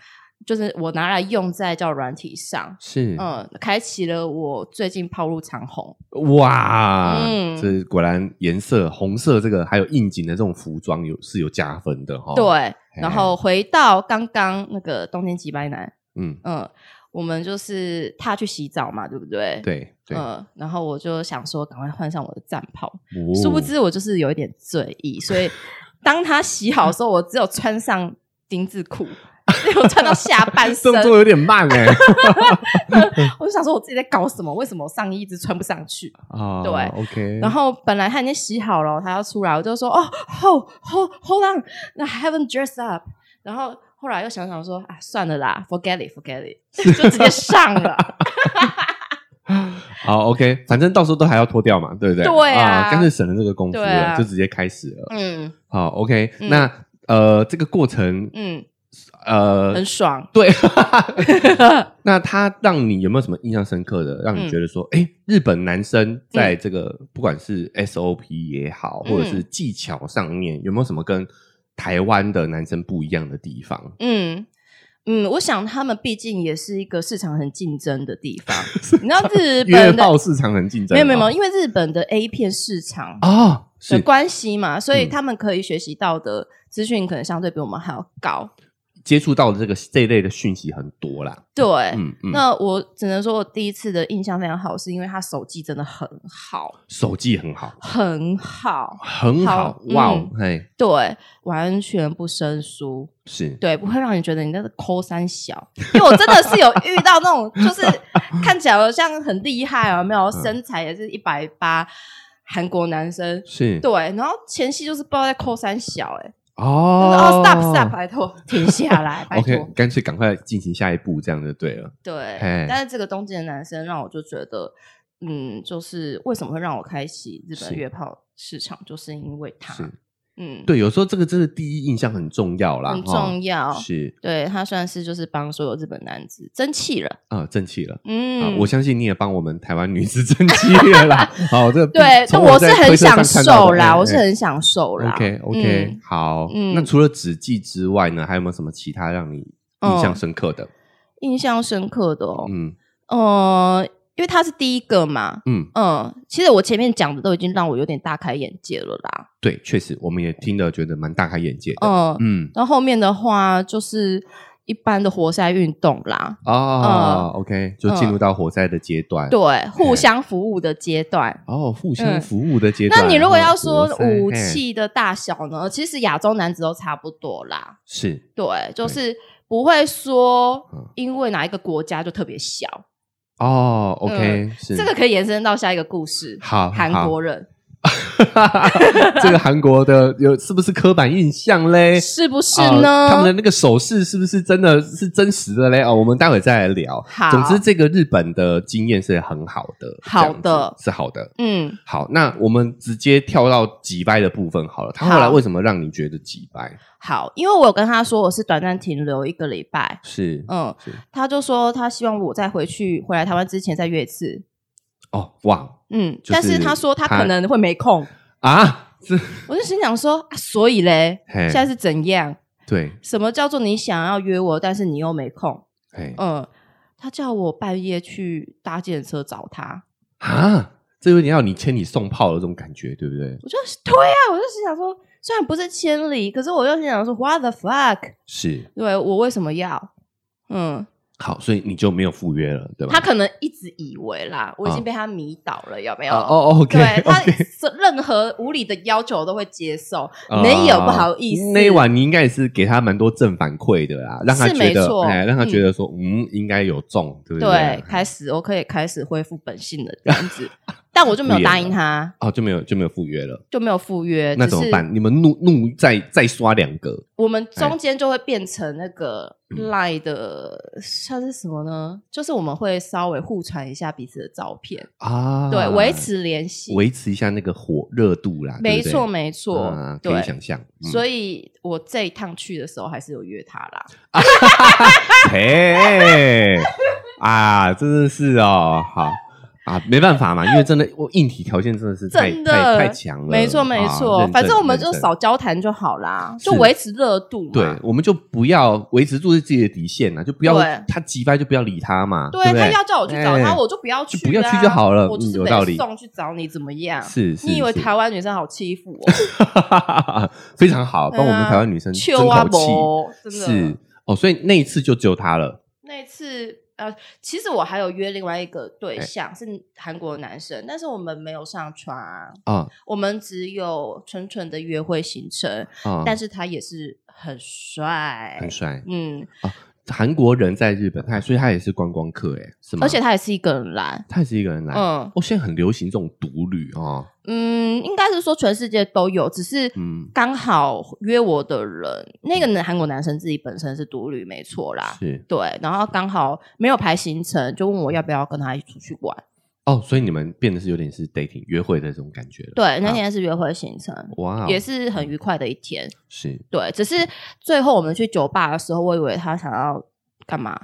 B: 就是我拿来用在叫软体上，
A: 是，
B: 嗯，开启了我最近抛入长虹，
A: 哇，
B: 嗯
A: 这果然颜色红色这个还有应景的这种服装有是有加分的哈、哦。，
B: 对，然后回到刚刚那个东京几百男，
A: 嗯，
B: 嗯，我们就是他去洗澡嘛，对不对？。
A: 对对，
B: 嗯，然后我就想说，赶快换上我的战袍。
A: 哦
B: 殊不知，我就是 有一点醉意，所以当他洗好的时候，我只有穿上丁字裤。 我穿到下半身
A: 动，作有点慢哎、
B: 我就想说我自己在搞什么？为什么上衣一直穿不上去？
A: 啊，
B: 对
A: ，OK，
B: 然后本来他已经洗好了，他要出来，我就说哦，hold hold hold on，那 haven't dressed up。然后后来又想想说啊，算了啦，forget it forget it，就 直接上了。
A: 好 OK，反正到时候都还要脱掉嘛，对不对？
B: 对啊
A: 啊，干脆省了这个功夫了，
B: 对啊
A: 就直接开始了。
B: 嗯
A: 好，OK，、
B: 嗯
A: 那呃，这个过程
B: 嗯，
A: 呃
B: 很，爽。
A: 对，那他让你有没有什么印象深刻的，
B: 嗯
A: 让你觉得说，哎、日本男生在这个、不管是 SOP 也好，
B: 嗯
A: 或者是技巧上面，有没有什么跟台湾的男生不一样的地方？
B: 嗯嗯，我想他们毕竟也是一个市场很竞争的 地方。你知道日
A: 因为
B: 本的
A: 报市场很竞争，
B: 没有没有没有，
A: 有
B: 因为日本的 A 片市场
A: 哦，
B: 的
A: 是
B: 关系嘛，所以
A: 嗯
B: 他们可以学习到的资讯可能相对比我们还要高。
A: 接触到的这个这一类的讯息很多啦。
B: 对，
A: 嗯嗯，
B: 那我只能说，我第一次的印象非常好，是因为他手技真的很好，
A: 手技很好，
B: 很好，
A: 很好
B: 好，
A: 哇哦
B: 嗯，
A: 嘿，对
B: 对，完全不生疏，
A: 是
B: 对，不会让你觉得你那是抠 三小，因为我真的是有遇到那种，就是看起来好像很厉害啊，有没有
A: 嗯
B: 身材也是一百八，韩国男生。
A: 是，
B: 对，然后前戏就是不知道在抠三小、欸，哎、就是
A: 哦
B: 哦，stop stop，拜托，停下来，拜托
A: ，OK，干脆赶快进行下一步，这样就对了。
B: 对
A: 嘿，
B: 但是这个东京的男生让我就觉得，嗯，就是为什么会让我开启日
A: 是
B: 本约炮市场，就是因为他
A: 是，
B: 嗯，，
A: 对，有时候这个真的第一印象很重要啦，
B: 很
A: 哈
B: 重要。
A: 是
B: 对他算是就是帮所有日本男子争气了，
A: 啊、正气了。啊
B: 嗯，，
A: 我相信你也帮我们台湾女子争气了 啦。好，这
B: 对，但
A: 从
B: 我是
A: 在
B: 很
A: 推特上看
B: 享
A: 到
B: 受
A: 的
B: 啦，
A: 哎
B: 我是
A: 哎
B: 很享受啦。
A: OK OK、
B: 嗯
A: 好。
B: 嗯
A: 那除了纸技之外呢，还有没有什么其他让你印
B: 哦
A: 象深刻的？
B: 嗯印象深刻的哦，
A: 嗯
B: 呃，因为他是第一个嘛，
A: 嗯，
B: 嗯，其实我前面讲的都已经让我有点大开眼界了啦，
A: 对，确实我们也听了，觉得蛮大开眼界的。
B: 嗯，
A: 嗯
B: 然后后面的话就是一般的活塞运动啦，
A: 哦 o k 就进入到活塞的阶段。
B: 嗯对，互相服务的阶段。
A: 哦，互相服务的阶段。
B: 那你如果要
A: 哦
B: 说
A: 活塞
B: 武
A: 嘿
B: 器的大小呢，其实亚洲男子都差不多啦，
A: 是
B: 对，就是不会说
A: 嗯
B: 因为哪一个国家就特别小，
A: 哦，OK，、是
B: 嗯这个可以延伸到下一个故事，
A: 好
B: 韩
A: 好
B: 国人
A: 这个韩国的有是不是刻板印象嘞？
B: 是不是
A: 啊他们的
B: 呢？
A: 那个手势是不是真的是真实的嘞？哦，我们待会再来聊。
B: 好
A: 总之这个日本的经验是很好的，
B: 好的
A: 这样子是好的。
B: 嗯，
A: 好，那我们直接跳到击败的部分好了。他后来
B: 好
A: 为什么让你觉得击败？
B: 好，因为我有跟他说我是短暂停留一个礼拜，
A: 是，
B: 嗯
A: 是，
B: 他就说他希望我再回去回来台湾之前再约一次，
A: 哦，哇
B: 嗯，
A: 就是
B: 但是他说他
A: 他
B: 可能会没空，
A: 啊，这
B: 我就心想说，啊、所以嘞，
A: 嘿
B: 现在是怎样？
A: 对，
B: 什么叫做你想要约我，但是你又没空？
A: 哎、
B: 嗯，他叫我半夜去搭建车找他，
A: 啊，这有点要你千里送炮的这种感觉，对不对？
B: 我就对啊，我就心想说，虽然不是千里，可是我又心想说，what the fuck？
A: 是，
B: 对我为什么要？嗯，
A: 好，所以你就没有赴约了，对吧？
B: 他可能一直以为啦，我已
A: 啊
B: 经被他迷倒了，有没有？
A: 哦哦，OK，
B: 对他
A: OK
B: 是任何无理的要求我都会接受， 没有
A: 啊
B: 不好意思。
A: 那一晚你应该也是给他蛮多正反馈的啦，让他
B: 是
A: 觉
B: 没
A: 得
B: 错，
A: 哎，让他觉得说，嗯，应该有中，对不
B: 对，开始我可以开始恢复本性了这样子， 但我就没有答应他，
A: 哦，就没有就没有赴约了，
B: 就没有赴约。
A: 那
B: 只
A: 怎么
B: 是
A: 办？你们怒怒再再刷两个
B: 我们中间就会变成那个
A: 嗯
B: Line 的像是什么呢？就是我们会稍微互传一下彼此的照片，
A: 啊？
B: 对，维持联系，
A: 维持一下那个火热度啦，
B: 没错
A: 没
B: 没错，
A: 啊可
B: 对
A: 以。想象。嗯
B: 所以我这一趟去的时候还是有约他啦，
A: 以，嘿，哎啊，真的是哦，好。啊，没办法嘛，因为真的，我硬体条件真的是太
B: 真的
A: 太太强了，
B: 没错没
A: 啊
B: 错，
A: 认
B: 反
A: 证
B: 正我们
A: 认
B: 就
A: 证
B: 少交谈就好啦，
A: 是
B: 就维持热度嘛。
A: 对，我们就不要维持住自己的底线啊了，就不要
B: 对
A: 他急掰就不要理他嘛，对
B: 对
A: 不
B: 他
A: 对？
B: 要叫我去找
A: 哎
B: 他，我就不要去、啊，
A: 就不要去就好了
B: 我就
A: 嗯
B: 是
A: 有
B: 北
A: 道理
B: 送去找你怎么样？
A: 是是，
B: 你以为
A: 是
B: 台湾女生好欺 负我？
A: 非常好，帮我
B: 对
A: 们
B: 啊
A: 台湾女生争
B: 秋啊
A: 口
B: 伯，真
A: 气
B: 的
A: 是哦，所以那一次就救他了，
B: 那一次呃，其实我还有约另外一个对
A: 哎
B: 象是韩国男生，但是我们没有上床啊，
A: 啊
B: 我们只有纯纯的约会行程，
A: 啊，
B: 但是他也是很帅，
A: 很帅。
B: 嗯，
A: 韩国人在日本，他所以他也是观光客，哎，是吗？
B: 而且他也是一个人来，
A: 他也是一个人来。
B: 嗯
A: 哦，现在很流行这种独旅哦，
B: 嗯，应该是说全世界都有，只是
A: 嗯
B: 刚好约我的人，那个男韩国男生自己本身是独旅，没错啦。
A: 是
B: 对，然后刚好没有排行程，就问我要不要跟他一起出去玩。
A: 哦，所以你们变得是有点是 dating 约会的这种感觉了。
B: 对，那天是约会行程，
A: 哇哦，
B: 也是很愉快的一天。
A: 是，
B: 对，只是最后我们去酒吧的时候，我以为他想要干嘛，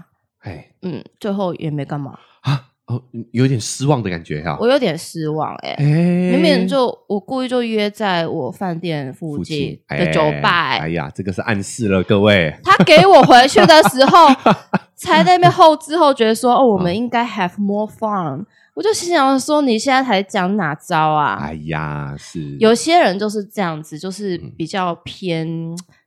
A: 哎
B: 嗯，最后也没干嘛，
A: 啊哦，有点失望的感觉哈。
B: 我有点失望哎、
A: 哎，
B: 明明就我故意就约在我饭店附近的酒吧、
A: 哎
B: 欸，
A: 哎呀，这个是暗示了各位。
B: 他给我回去的 时候，才在那边后知后觉说，哦，我
A: 嗯
B: 们应该 have more fun。我就心想说，你现在才讲哪招啊
A: 哎？呀，是
B: 有些人就是这样子，就是
A: 嗯
B: 比较偏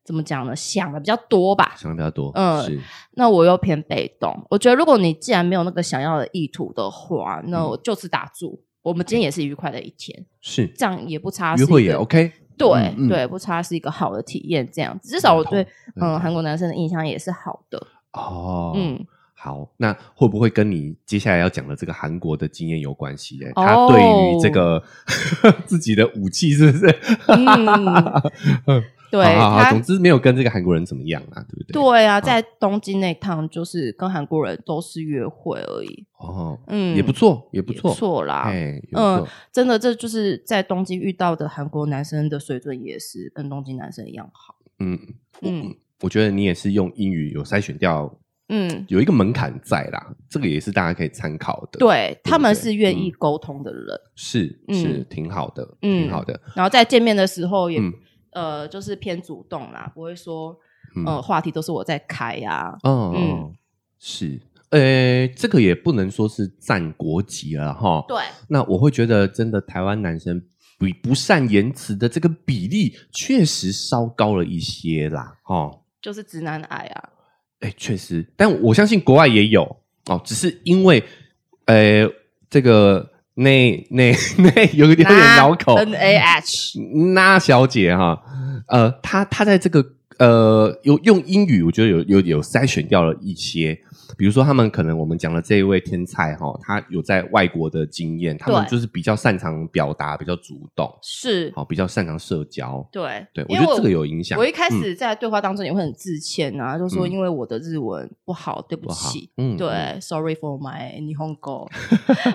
B: 怎么讲呢？想的比较多吧。
A: 想的比较多，
B: 嗯
A: 是
B: 那我又偏被动。我觉得，如果你既然没有那个想要的意图的话，
A: 嗯
B: 那我就此打住。我们今天也是愉快的一天，
A: 是，
B: 这样也不差。
A: 约会也 OK，
B: 对、
A: 嗯嗯
B: 对，不差是一个好的体验。这样子，至少我对
A: 认
B: 嗯
A: 同
B: 韩国男生的印象也是好的。
A: 哦，
B: 嗯，
A: 好，那会不会跟你接下来要讲的这个韩国的经验有关系耶？
B: 哦
A: 他对于这个 自己的武器是不是？
B: 嗯对
A: 好好好，总
B: 他，
A: 之没有跟这个韩国人怎么样啊，对不对？
B: 对啊，在东京那趟就是跟韩国人都是约会而已，
A: 哦，
B: 嗯，
A: 也不错，也不
B: 也
A: 错，
B: 不错啦。
A: 哎，也不
B: 嗯
A: 错，，
B: 真的，这就是在东京遇到的韩国男生的水准也是跟东京男生一样好。
A: 嗯
B: 嗯
A: 嗯，我觉得你也是用英语有筛选掉。
B: 嗯，
A: 有一个门槛在啦，这个也是大家可以参考的。，
B: 对他们
A: 对
B: 是愿意
A: 嗯
B: 沟通的人，
A: 是
B: 嗯
A: 是、挺好的，
B: 嗯
A: 挺好的。
B: 然后在见面的时候也
A: 嗯
B: 呃就是偏主动啦，不会说
A: 嗯
B: 呃话题都是我在开呀。
A: 哦，
B: 嗯
A: 哦是，呃，这个也不能说是占国籍了哈。
B: 对，
A: 那我会觉得，真的台湾男生比不善言辞的这个比例确实稍高了一些啦，哈。
B: 就是直男癌啊。
A: 哎，确实，但我相信国外也有哦，只是因为，呃，这个那那 那有有点绕口嗯
B: N A H，
A: 那小姐哈，呃，她她在这个呃，有用英语，我觉得有有有筛选掉了一些，比如说他们可能我们讲的这一位天才哈，他有在外国的经验，他们
B: 对
A: 就是比较擅长表达，比较主动，
B: 是
A: 好，比较擅长社交，
B: 对
A: 对我
B: 因
A: 觉得
B: 为
A: 这个有影响。
B: 我一开
A: 嗯
B: 始在对话当中也会很自歉啊，就说
A: 嗯
B: 因为我的日文不好，对不
A: 不好
B: 起，，
A: 嗯，嗯
B: 对，sorry for my Nihongo,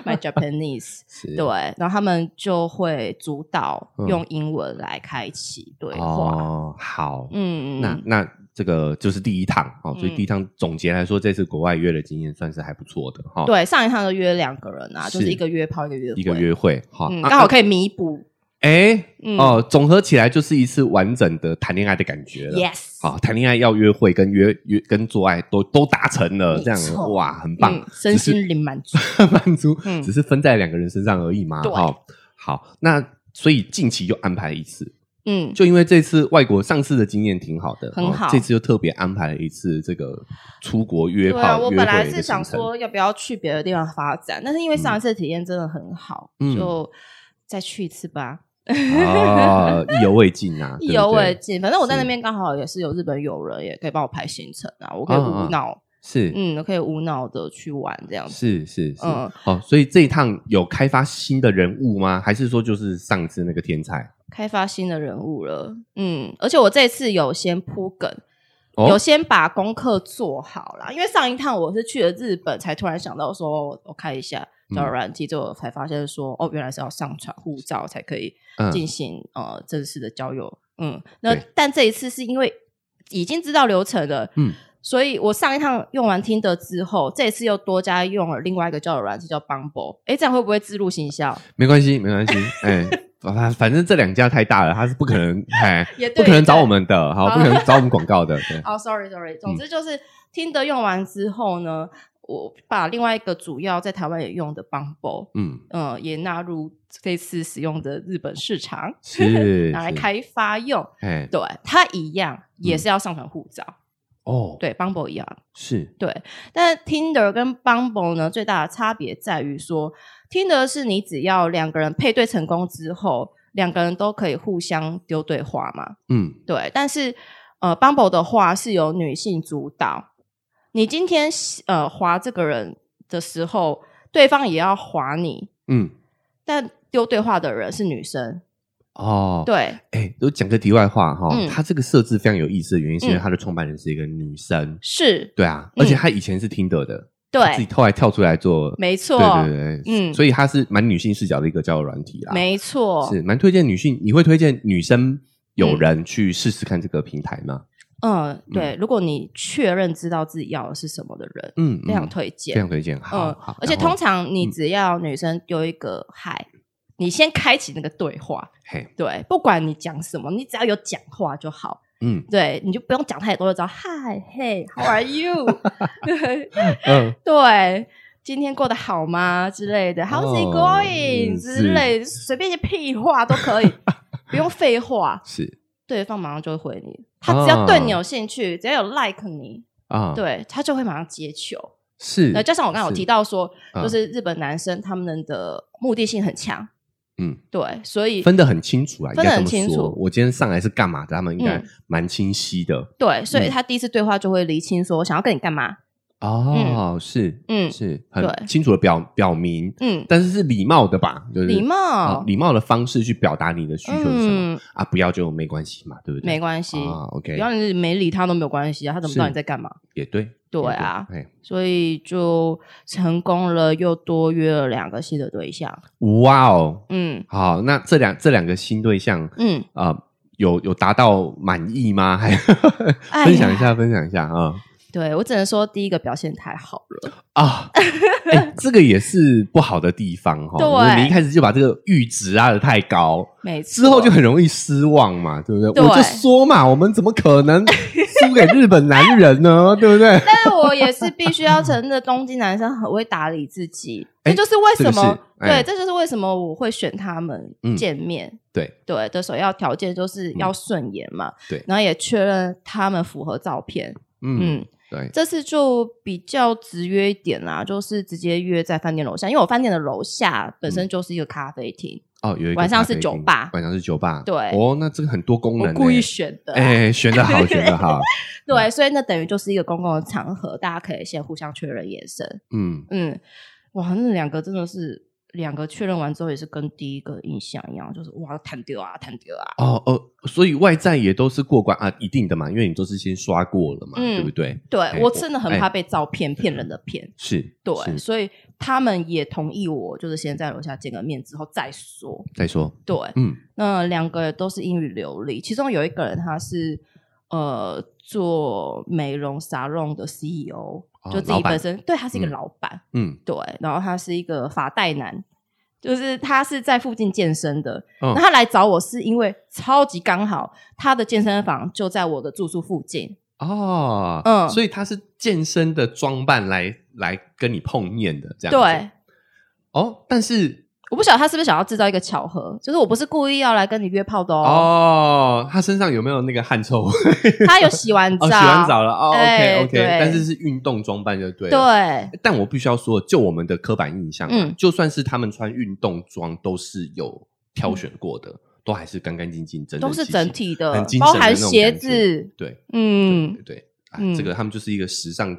B: my Japanese。
A: 是
B: 对，然后他们就会主导
A: 嗯
B: 用英文来开启对话。
A: 哦，好，
B: 嗯，
A: 那那这个就是第一趟哦，所以
B: 嗯
A: 第一趟总结来说，这次国外约的经验算是还不错的哈。，
B: 对，上一趟就约两个人啊，就是
A: 是
B: 一个约炮，一个约
A: 一个
B: 会，
A: 约会哈，
B: 嗯，
A: 啊
B: 刚好可以弥补。
A: 哎、
B: 嗯
A: 哦，总合起来就是一次完整的谈恋爱的感觉了。
B: ，yes，
A: 好，谈恋爱要约会跟约约跟做爱都都达成了，
B: 没
A: 这样
B: 错
A: 哇，很棒，
B: 嗯身
A: 只是
B: 心灵满足。
A: 满足，
B: 嗯
A: 只是分在两个人身上而已嘛。
B: 对
A: 哦，好，那所以近期又安排了一次，
B: 嗯，
A: 就因为这次外国上次的经验挺好的，
B: 很
A: 哦
B: 好
A: 这次又特别安排了一次这个出国约炮
B: 对啊，我
A: 约
B: 本来
A: 会
B: 是
A: 的
B: 想
A: 行程。
B: 说要不要去别的地方发展，但是因为上一次体验真的很好，
A: 嗯
B: 就再去一次吧，
A: 啊，意犹未尽 啊，对
B: 意
A: 不
B: 犹
A: 对
B: 未尽。反正我在
A: 是
B: 那边刚好也是有日本友人，也可以帮我排行程啊，我可以
A: 啊啊
B: 无脑，
A: 是
B: 嗯，我可以无脑的去玩这样子。
A: 是是是，
B: 嗯
A: 哦，所以这一趟有开发新的人物吗？还是说就是上次那个天才？
B: 开发新的人物了，嗯，而且我这次有先铺梗。
A: 哦
B: 有先把功课做好啦，因为上一趟我是去了日本，才突然想到说，哦我我看一下交友
A: 嗯
B: 软体，之后才发现说，哦，原来是要上传护照才可以
A: 嗯
B: 进行、呃正式的交友。嗯，那
A: 对
B: 但这一次是因为已经知道流程了，
A: 嗯，
B: 所以我上一趟用完听的之后，这一次又多加用了另外一个交友软体叫 Bumble，哎，这样会不会自入行销？
A: 没关系，没关系， 哎、反反正这两家太大了，他是不可 能，哎，
B: 也
A: 不
B: 对
A: 可能
B: 也对
A: 找我们嗯的，好，
B: 好
A: 不可 能找我们广告的，对，
B: 哦、s o r r y sorry，总之就是听的用完之后呢，我把另外一个主要在台湾也用的 Bumble，
A: 嗯，
B: 呃，也纳入这次使用的日本市场，
A: 是
B: 拿来
A: 是
B: 开发用。
A: 哎，嗯
B: 对，它一样也是要上传护照，
A: 哦，，
B: 对 Bumble 一样。
A: 是
B: 对，但是 Tinder 跟 Bumble 呢，最大的差别在于说，Tinder 是你只要两个人配对成功之后，两个人都可以互相丢对话嘛。
A: 嗯
B: 对，但是呃，Bumble 的话是由女性主导。你今天呃划这个人的时候，对方也要划你，
A: 嗯
B: 但丢对话的人是女生。
A: 哦，
B: 对，
A: 哎，都讲个题外话哈、
B: 嗯
A: 它这个设置非常有意思的原因，是因为
B: 嗯
A: 它的创办人是一个女生，
B: 是，
A: 对啊，
B: 嗯
A: 而且她以前是听得的，她自己
B: 对，
A: 后来跳出来做，
B: 没错，
A: 对对对，嗯，
B: 嗯
A: 所以她是蛮女性视角的一个交友软体啦，
B: 没错，
A: 是蛮推荐女性，你会推荐女生有人去试试看这个平台吗？
B: 嗯，对。如果你确认知道自己要的是什么的人，
A: 嗯，
B: 非常
A: 嗯
B: 推
A: 非
B: 荐。
A: 常推荐，好，
B: 嗯
A: 好，
B: 而且
A: 然后
B: 通常你
A: 嗯
B: 只要女生有一个嗨，你先开启那个对话，
A: 嘿，
B: 对，不管你讲什么，你只要有讲话就好，
A: 嗯
B: 对，你就不用讲太多，就知道嗨嘿，How are you？对
A: 嗯，
B: 对，今天过得好吗之类的，How's it
A: 哦
B: going、
A: 嗯
B: 之类的，随便一些屁话都 可以，不用废话，
A: 是
B: 对方马上就会回你。他只要对你有兴趣，只要有 like 你，
A: 啊，，
B: 对他就会马上接球。
A: 是，
B: 那加上我刚刚
A: 是
B: 有提，到说，
A: 嗯
B: 就是日本男生他们的目的性很强，
A: 嗯，
B: 对，所以
A: 分得很清楚啊，应
B: 分
A: 该
B: 得
A: 这
B: 很
A: 么
B: 清
A: 说
B: 楚
A: 我今天上来是干嘛的，他们应该
B: 嗯
A: 蛮清晰的
B: 对，所
A: 嗯
B: 以他第一次对话就会厘清说，我想要跟你干嘛？
A: 哦，是，
B: 嗯
A: 是很
B: 对
A: 清楚的表表明，
B: 嗯，
A: 但是是礼貌的吧，就是
B: 礼
A: 啊
B: 貌，
A: 礼貌的方式去表达你的需求是什么
B: 嗯，
A: 啊，不要就没关系嘛，对不对？
B: 没关系，
A: 啊，OK，
B: 然后你没理他都没有关系啊，他怎么知道
A: 是
B: 你在干嘛？
A: 也对，
B: 对啊
A: 也对，哎。
B: 所以就成功了，又多约了两个新的对象。
A: 哇哦，
B: 嗯
A: 好，那这两这两个新对象
B: 嗯，
A: 啊、呃有有达到满意吗？还
B: 哎 呀
A: 分享一下，分享一下啊
B: 对我只能说第一个表现太好了，
A: 啊！哎这个也是不好的地方哈、
B: 对
A: 就是你一开始就把这个阈值拉得太高，
B: 没错，
A: 之后就很容易失望嘛，对不对？
B: 对
A: 我就说嘛，我们怎么可能输给日本男人 呢？对不对？
B: 但是我也是必须要承认，东京男生很会打理自己，
A: 哎
B: 这就是为什么、
A: 这个是哎
B: 对，这就是为什么我会选他们
A: 嗯
B: 见面。
A: 对，
B: 对的首要条件就是要顺眼嘛，
A: 对
B: 然后也确认他们符合照片，
A: 嗯，
B: 嗯，
A: 对，
B: 这次就比较直约一点啦，就是直接约在饭店楼下，因为我饭店的楼下本
A: 嗯
B: 身就是一个咖啡厅，
A: 哦，有一个
B: 晚上
A: 咖
B: 是
A: 啡厅
B: 酒吧
A: 晚上是酒吧，
B: 对
A: 哦，那这个很多功能、
B: 我
A: 欸，
B: 故意选的啊，
A: 哎、选的 好，选的好，
B: 对，所以那等于就是一个公共的场合，大家可以先互相确认眼神，
A: 嗯，
B: 嗯，哇，那两个真的是两个确认完之后，也是跟第一个印象一样，就是哇，弹丢啊，弹丢啊，
A: 哦哦，所以外在也都是过关啊，一定的嘛，因为你都是先刷过了嘛，
B: 嗯
A: 对不对？哎
B: 对
A: 我
B: 我真的很
A: 哎
B: 怕被照骗骗人的骗，
A: 是，
B: 对，
A: 是
B: 所以他们也同意我，就是先在楼下见个面之后再说。
A: 再说，
B: 对，
A: 嗯，
B: 那两个都是英语流利，其中有一个人他是呃做美容沙龙的 CEO，、就自
A: 哦老板
B: 己本身对他是一个
A: 嗯
B: 老板，
A: 嗯，
B: 对，然后他是一个发带男，就是他是在附近健身的。
A: 嗯
B: 那他来找我是因为超级刚好，他的健身房就在我的住宿附近。
A: 哦，嗯，
B: 嗯
A: 所以他是健身的装扮来来跟你碰面的，这样子
B: 对，，
A: 哦，但是
B: 我不晓得他是不是想要制造一个巧合，就是我不是故意要来跟你约炮的哦。
A: 哦，他身上有没有那个汗 臭味？
B: 他有洗完澡，
A: 哦，洗完澡了，哦
B: 哎
A: ，OK OK，
B: 对
A: 但是是运动装扮就对了，
B: 对，
A: 但我必须要说，就我们的刻板印象、啊，
B: 嗯
A: 就算是他们穿运动装，都是有挑选过的，都还是干干净净、整整
B: 嗯都是
A: 齐齐
B: 整体的
A: 很，精神
B: 包
A: 的
B: 含
A: 那种
B: 鞋
A: 感觉
B: 子，
A: 对，嗯，
B: 嗯
A: 对，对啊
B: 嗯
A: 这个他们就是一个时尚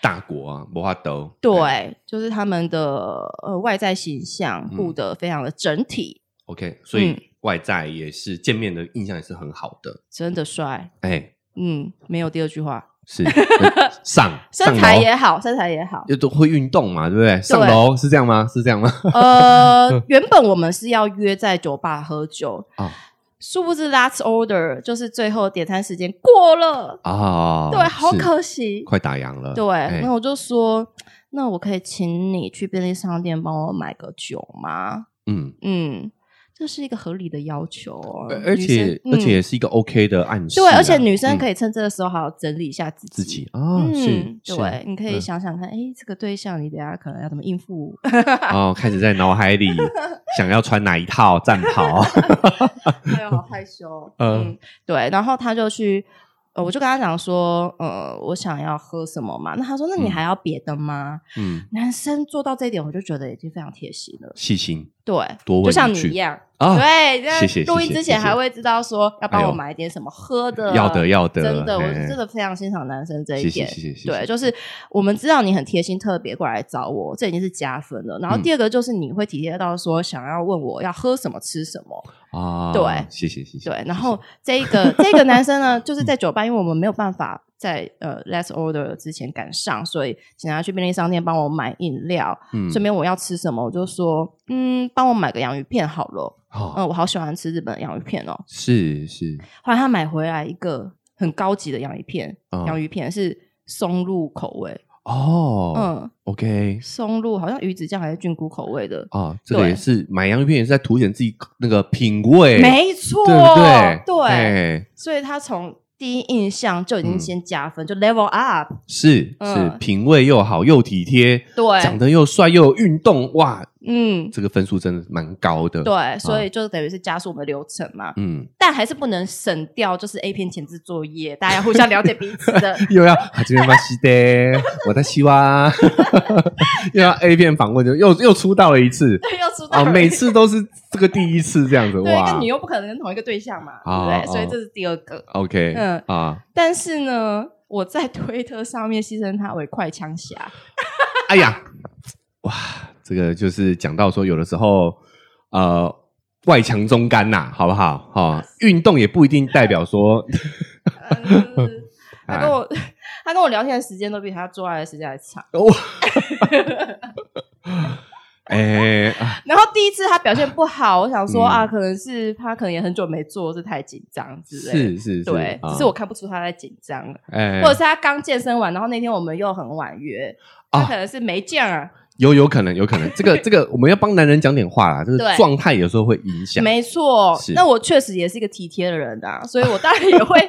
A: 大国啊，摩哈兜，哎
B: 对，就是他们的呃外在形象
A: 嗯
B: 顾得非常的整体，
A: ，OK，所以
B: 嗯
A: 外在也是见面的印象也是很好的，
B: 真的帅，
A: 哎、
B: 嗯，没有第二句话，
A: 是呃上
B: 身材
A: 上楼
B: 也好，身材也 好。
A: 又都会运动嘛，对不对？上楼是这样吗？是这样吗？
B: 呃，原本我们是要约在酒吧喝酒，
A: 啊
B: 殊不知 last order 就是最后点餐时间过了，
A: 啊，
B: 对，好
A: 是
B: 可惜。
A: 快打烊了，
B: 对，
A: 哎
B: 那我就说，那我可以请你去便利商店帮我买个酒吗？
A: 嗯。
B: 嗯，这是一个合理的要求哦
A: 而而且、而且、
B: 女生嗯
A: 也是一个 OK 的暗示啊、
B: 对，而且女生
A: 嗯
B: 可以趁这个时候好好整理一下自己。
A: 自己啊，是
B: 嗯，，
A: 是
B: 对，你可以
A: 嗯
B: 想想看，哎、这个对象你等一下可能要怎么 应付？
A: 哦，开始在脑海 里想要穿哪一套战袍，
B: 哎呦，好害羞。
A: 嗯
B: 嗯，对，然后他就去呃，我就跟他讲说，呃，我想要喝什么嘛。那他说，那你还要别的吗？
A: 嗯，
B: 男生做到这一点，我就觉得已经非常贴心了。
A: 细心
B: 对，
A: 多问
B: 就像
A: 一
B: 你
A: 句
B: 一样，
A: 啊，
B: 对，在
A: 谢谢
B: 录音
A: 谢谢
B: 之
A: 谢
B: 前
A: 谢
B: 还会知道说
A: 哎
B: 要帮
A: 呦
B: 我买一点什么喝的，
A: 要的要的，
B: 真的，我
A: 嘿
B: 是真的非常欣赏男生这一
A: 谢谢
B: 点。
A: 谢谢谢谢，
B: 对，就是我们知道你很贴心，特别过来找我，这已经是加分了。
A: 嗯
B: 然后第二个就是你会体贴到说想要问我要喝什么、吃什么，
A: 啊，
B: 对
A: 谢谢谢谢，
B: 对。
A: 谢
B: 然后这一个这个男生呢，就
A: 嗯
B: 是在酒吧，因为我们没有办法在呃 Let's Order 之前赶上，所以请他去便利商店帮我买饮料。
A: 谢嗯，
B: 顺便我要吃什么，我就说嗯，帮我买个洋芋片好了。
A: 哦，
B: 嗯，我好喜欢吃日本的洋芋片哦。
A: 是是，
B: 后来他买回来一个很高级的洋芋片，
A: 嗯
B: 洋芋片是松露口味，
A: 哦
B: 嗯，
A: ，OK，
B: 松露好像鱼子酱还是菌菇口味的，
A: 哦，这个也
B: 对
A: 是买洋芋片也是在凸显自己那个品味，
B: 没错，
A: 对不对？
B: 对
A: 哎
B: 所以他从第一印象就已经
A: 嗯
B: 先加分，就 level up，
A: 是是
B: 嗯
A: 品味又好又体贴，长
B: 对，
A: 得又帅又有运动，哇，
B: 嗯，
A: 这个分数真的蛮高的，，
B: 对，所以就等于是加速我们的流程嘛。
A: 嗯，
B: 但还是不能省掉，就是 A 片前置作业，大家互相了解彼此 的
A: 又要啊哈基米巴西的， 我在希望又要 A 片访问，就又又出道了一次
B: 对，要 出道
A: 啊，
B: 了
A: 每次都是这个第一次这样子
B: 对，跟
A: 哇
B: 你又不可能跟同一个对象嘛，
A: 哦
B: 对不对？所
A: 哦
B: 以这是第二个。
A: ，OK，
B: 嗯
A: 啊，
B: 但是呢，我在推特上面牺牲他为快枪侠，
A: 哎呀，哇，这个就是讲到说有的时候呃外强中干呐、好不好？哈、运动也不一定代表说，
B: 嗯，就是他
A: 哎
B: 跟我他跟我聊天的时间都比他做爱的时间还长。
A: 哇，哎、啊
B: 然后第一次他表现不好，我想说
A: 嗯
B: 啊，可能是他可能也很久没做，是太紧张之类的。
A: 是是是，
B: 对，
A: 啊
B: 只是我看不出他在紧张，
A: 哎、
B: 或者是他刚健身完，然后那天我们又很晚约，他
A: 啊
B: 可能是没劲儿，
A: 有有可能，有可能， 这个这个，我们要帮男人讲点话啦，这个
B: 对
A: 状态有时候会影响。
B: 没错
A: 是，
B: 那我确实也是一个体贴的人啊，所以我当然 也会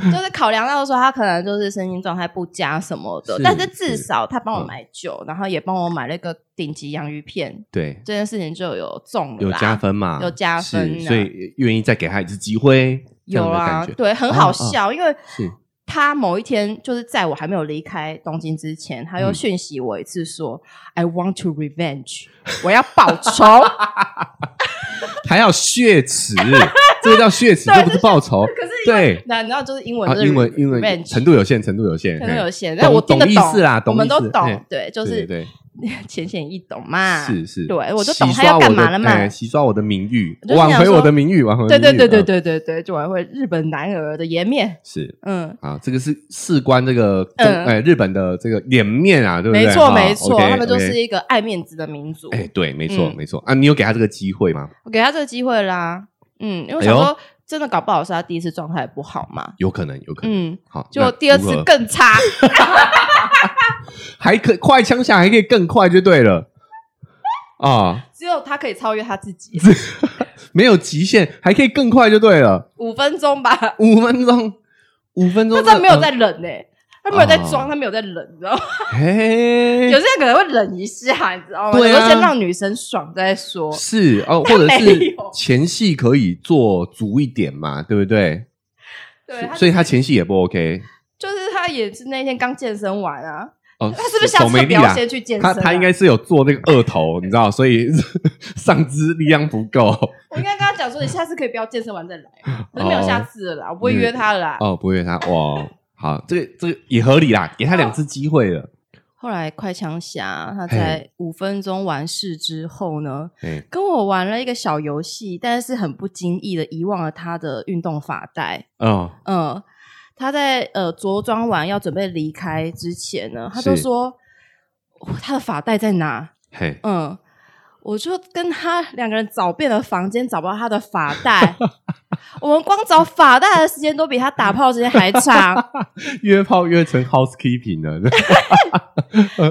B: 就是考量到说他可能就是身心状态不佳什么的
A: 是，
B: 但是
A: 是
B: 至少他帮我
A: 嗯
B: 买酒，然后也帮我买了一个顶级洋芋片，
A: 对，
B: 这件事情就有中了
A: 有
B: 啦
A: 加，分嘛？
B: 有加分啊
A: 是所以愿意再给他一次机会，这
B: 有
A: 样的
B: 啊
A: 感，觉。哦
B: 对，很好笑，因为
A: 是
B: 他某一天就是在我还没有离开东京之前，他又
A: 嗯
B: 讯息我一次说、i want to revenge，我要报仇。
A: 还要血 耻，这个叫血耻，这不是报仇。
B: 可是因为
A: 对
B: 那你知道就是英文
A: 啊，
B: 就是
A: 英文英文
B: revenge
A: 程度有限，程度有限，
B: 可能有
A: 嘿
B: 限，
A: 懂
B: 但我听得
A: 懂意思啦
B: 我
A: 懂
B: 们
A: 意
B: 都
A: 思嘿
B: 懂，对，就
A: 对
B: 是
A: 对
B: 浅显易懂嘛，
A: 对，是是，
B: 对我就懂
A: 洗
B: 他
A: 刷
B: 要干
A: 我
B: 嘛
A: 的
B: 了嘛
A: 哎洗刷我的名誉
B: 我，就
A: 挽
B: 想
A: 回我
B: 说
A: 的名誉，挽回我的
B: 对对
A: 名誉
B: 对对
A: 嗯
B: 对对对，就挽回日本男儿的颜面，
A: 是
B: 嗯。
A: 啊，这个是事关这个中
B: 嗯
A: 哎日本的这个脸面啊，对不对？
B: 没错，
A: 哈
B: 没错，
A: ，OK，
B: 他们就
A: OK
B: 是一个爱面子的民族。
A: 哎，对，没错，
B: 嗯
A: 没错啊！你有给他这个机会吗？
B: 我给他这个机会啦，嗯，因为我
A: 哎
B: 想
A: 呦
B: 说，真的搞不好是他第一次状态不好嘛，
A: 有可能，有可能。
B: 嗯，
A: 好，
B: 结
A: 那
B: 果第二
A: 如
B: 次
A: 何
B: 更差，
A: 还可快枪侠还可以更快就对了啊，
B: 只有他可以超越他 自己，
A: 没有极限，还可以更快就对了。
B: 五分钟吧，
A: 五分钟，五分钟
B: 他
A: 这，
B: 真的没有在忍呢，他没有在
A: 哦
B: 装，他没有在忍，你知道吗？
A: 呃嘿，
B: 有些人可能会忍一下，你知道吗？
A: 对啊
B: 有时候先让女生爽再说。
A: 是哦，或者
B: 他没
A: 是
B: 有
A: 前戏可以做足一点嘛，对不对？
B: 对，他
A: 所以他前戏也不 OK
B: 就是他也是那天刚健身完啊，
A: 哦，
B: 他是不是下
A: 手
B: 次
A: 没
B: 就不
A: 力
B: 要
A: 啊？
B: 先去健身、
A: 他
B: 啊？
A: 他应该，是有做那个二头，你知道，所以 上肢力量不够。
B: 我应该跟他讲说，你下次可以不要健身完再来， 可是没有下次了啦，我不会约他了啦。
A: 哦，不会，他哇，好，这个这个也合理啦，给他两次机会
B: 哦
A: 了。
B: 后来快枪侠他在五分钟完事之后呢，
A: 哎，
B: 跟我玩了一个小游戏，但是很不经意的遗忘了他的运动发带。
A: 哦，
B: 嗯，他在呃着装完要准备离开之前呢，他就是说哦他的发带在哪？
A: 嘿，
B: 嗯，我就跟他两个人找遍了房间，找不到他的发带。我们光找发带的时间都比他打炮的时间还长，
A: 约炮约成 housekeeping 了，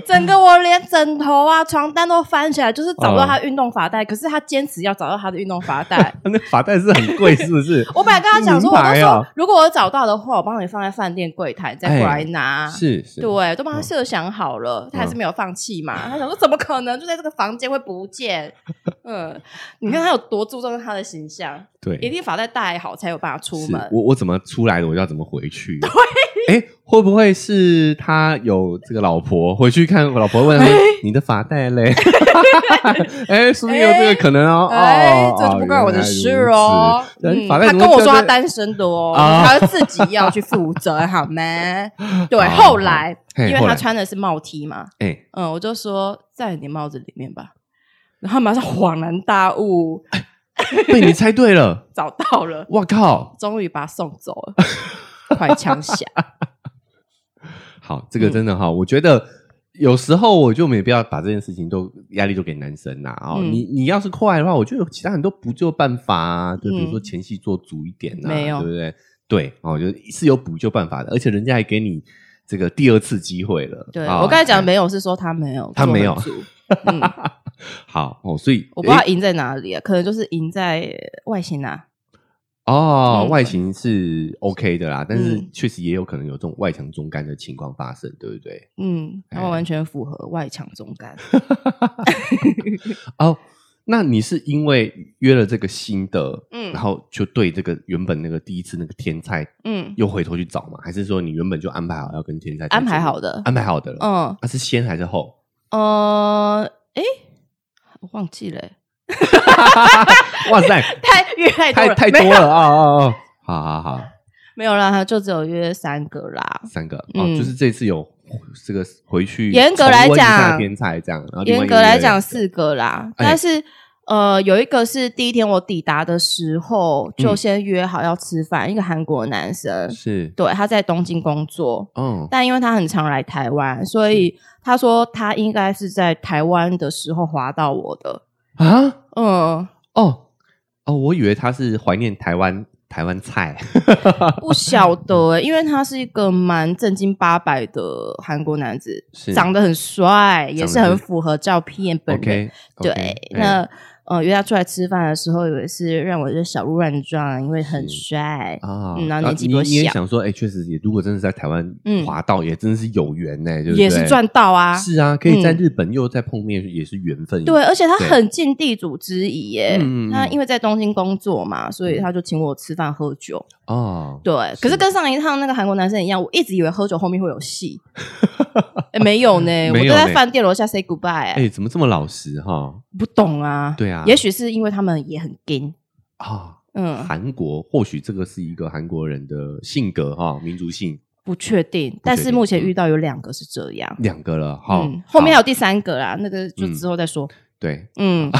B: 整个我连枕头啊、床单都翻起来，就是找不到他的运动发带。可是他坚持要找到他的运动发带。
A: 那发带是很贵，是不是？
B: 我本来跟他讲说，我
A: 名
B: 都
A: 牌
B: 说
A: 啊
B: 如果我找到的话，我帮你放在饭店柜台，你再过来拿。
A: 是是，
B: 啊对，都帮
A: 嗯
B: 他设想好了，他还是没有放弃嘛。他想说，怎么可能就在这个房间会不见？嗯，你看他有多注重他的形象，一
A: 对，
B: 定法在带好才有办法出
A: 是
B: 门。
A: 我我怎么出来的，我就要怎么回去。 对，哎，会不会是他有这个老婆回去看老婆
B: 哎
A: 问他说：“你的发带嘞？” 哎，是不是有这个可能哦？
B: 哎
A: 哦，
B: 这就不关我的事。
A: 哦
B: 哦。
A: 原来如此哎
B: 嗯，
A: 发带
B: 他
A: 怎
B: 跟
A: 么
B: 我
A: 掉
B: 说他
A: 在
B: 单身的哦，
A: 啊
B: 他自己要去负责，好吗？ 对
A: 啊，
B: 后来
A: 嘿
B: 因为
A: 后
B: 他
A: 来
B: 穿的是帽 T 嘛，
A: 哎，
B: 嗯，我就说在你帽子里面吧，然后他马上恍然大悟，
A: 被你猜对了，
B: 找到了，
A: 哇靠！
B: 终于把他送走了， 快枪侠，
A: 好，这个真的
B: 嗯
A: 哈，我觉得。有时候我就没必要把这件事情都压力都给男生啦、哦，
B: 嗯
A: 你你要是快的话，我觉得有其他很多补救办法啊，对，比如
B: 嗯
A: 说前戏做足一点啊，
B: 没有
A: 对不对？对，哦，就是有补救办法的，而且人家还给你这个第二次机会了。
B: 对
A: 啊
B: 我刚才讲的没有是说他没有，
A: 他没有
B: 做得足 嗯，
A: 好哦，所以
B: 我不知道
A: 诶
B: 赢在哪里啊，可能就是赢在外形啊，
A: 哦，
B: 嗯
A: 外形是 OK 的啦，但是
B: 嗯
A: 确实也有可能有这种外强中干的情况发生，对不对？
B: 嗯，
A: 哎
B: 然后完全符合外强中 干，
A: 哦，那你是因为约了这个新的，
B: 嗯
A: 然后就对这个原本那个第一次那个天菜
B: 嗯，
A: 又回头去找吗？还是说你原本就安排好要跟天菜再
B: 安排
A: 见面
B: 好的，
A: 安排好的了？
B: 嗯。
A: 那、是先还是后？
B: 呃，诶，我忘记了欸、
A: 哇塞，
B: 太约 太多
A: 太
B: 了，
A: 太
B: 没
A: 多了啊啊啊！好好好，
B: 没有啦，就只有约三个啦。
A: 三个、
B: 嗯
A: 哦，就是这次有这个回去
B: 严格来
A: 重温一下
B: 讲
A: 天菜这样，然后另外
B: 严
A: 一
B: 格
A: 个
B: 来
A: 约
B: 讲
A: 了
B: 四个啦，
A: 哎
B: 但是呃，有一个是第一天我抵达的时候就
A: 嗯
B: 先约好要吃饭，一个韩国男生，
A: 是
B: 对，他在东京工作，
A: 哦
B: 但因为他很常来台湾，所以他说他应该是在台湾的时候滑到我的，
A: 啊
B: 嗯，
A: 哦哦，我以为他是怀念台湾台湾菜，
B: 不晓得、欸，因为他是一个蛮正经八百的韩国男子，
A: 是
B: 长得很帅，也是
A: 长得
B: 很
A: 是
B: 符合照片本人。
A: OK，
B: 对
A: OK，哎
B: 那呃约他出来吃饭的时候，以为是让我这小鹿乱撞，因为很
A: 是
B: 帅。
A: 啊，
B: 嗯然后年纪
A: 你
B: 比我
A: 你也
B: 小
A: 想说，哎，确实也，如果真的是在台湾
B: 嗯
A: 滑道，也真的是有缘呢，对不对？
B: 也是赚到啊！
A: 是啊，可以在
B: 嗯
A: 日本又再碰面，也是缘分。
B: 对，而且他
A: 嗯对
B: 很尽地主之谊耶。
A: 嗯嗯嗯
B: 他因为在东京工作嘛，所以他就请我吃饭喝酒。
A: 哦，
B: 对，
A: 是
B: 可是跟上一趟那个韩国男生一样，我一直以为喝酒后面会有戏，诶没有 呢，我
A: 没
B: 都
A: 有
B: 在
A: 呢
B: 饭店楼下 say goodbye 欸。
A: 哎，怎么这么老实哈？
B: 不懂啊，
A: 对啊
B: 也许是因为他们也很 gay，
A: 啊，
B: 嗯，
A: 韩国或许这个是一个韩国人的性格哈，民族性
B: 不确定。但是目前遇到有两个是这样，
A: 两个了哈
B: 嗯，。后面
A: 嗯
B: 还
A: 好嗯
B: 有第三个啦，那个就之后再说。
A: 对
B: 嗯，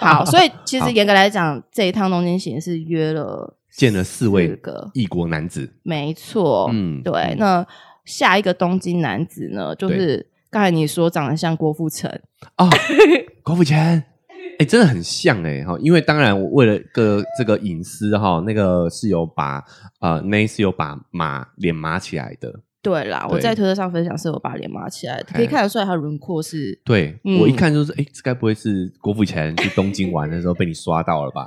B: 好，所以其实严格来讲，这一趟东京行是约了
A: 见了四位
B: 个，哦
A: 异国男子，
B: 没错，
A: 嗯
B: 对。那下一个东京男子呢，就是刚才你说长得像郭富城，
A: 哦， 郭富城，哎、真的很像哎、哈，因为当然我为了个这个隐私哈，那个是有把呃那是有把马脸麻起来的，
B: 对啦，
A: 对
B: 我在推特上分享是我把脸麻起来的，
A: OK
B: 可以看得出来他轮廓是
A: 对、
B: 嗯
A: 我一看就是哎，这该不会是郭富城去东京玩的时候被你刷到了 吧？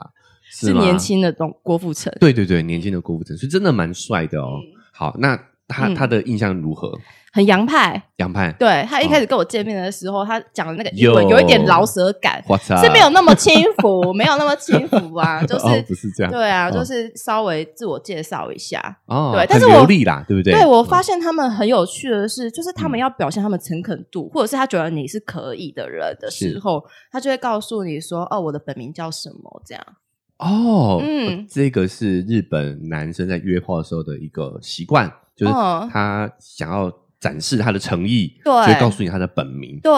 B: 是
A: 吗
B: 年，轻的东郭富城。
A: 对对对，年轻的郭富城，所以真的蛮帅的哦。好，那他、
B: 嗯
A: 他的印象如何？
B: 很洋派。
A: 杨盼，
B: 对他一开始跟我见面的时候，他讲的那个英文有一点饶舌感，
A: 我操，
B: 是没有那么轻浮，没有那么轻 浮啊，就是、
A: 啊哦、不是这样
B: 对啊，
A: 哦
B: 就是稍微自我介绍一下。
A: 哦，
B: 对但是
A: 很流
B: 我
A: 利啦，对不对？嗯
B: 对我发现他们很有趣的是，就是他们要表现他们诚恳度，或者是他觉得你是可以的人的时候，他就会告诉你说：“哦，我的本名叫什么？”这样，
A: 哦，
B: 嗯
A: 这个是日本男生在约炮的时候的一个习惯，就是
B: 嗯
A: 他想要展示他的诚意，
B: 对
A: 呃就会告诉你他的本名。
B: 对。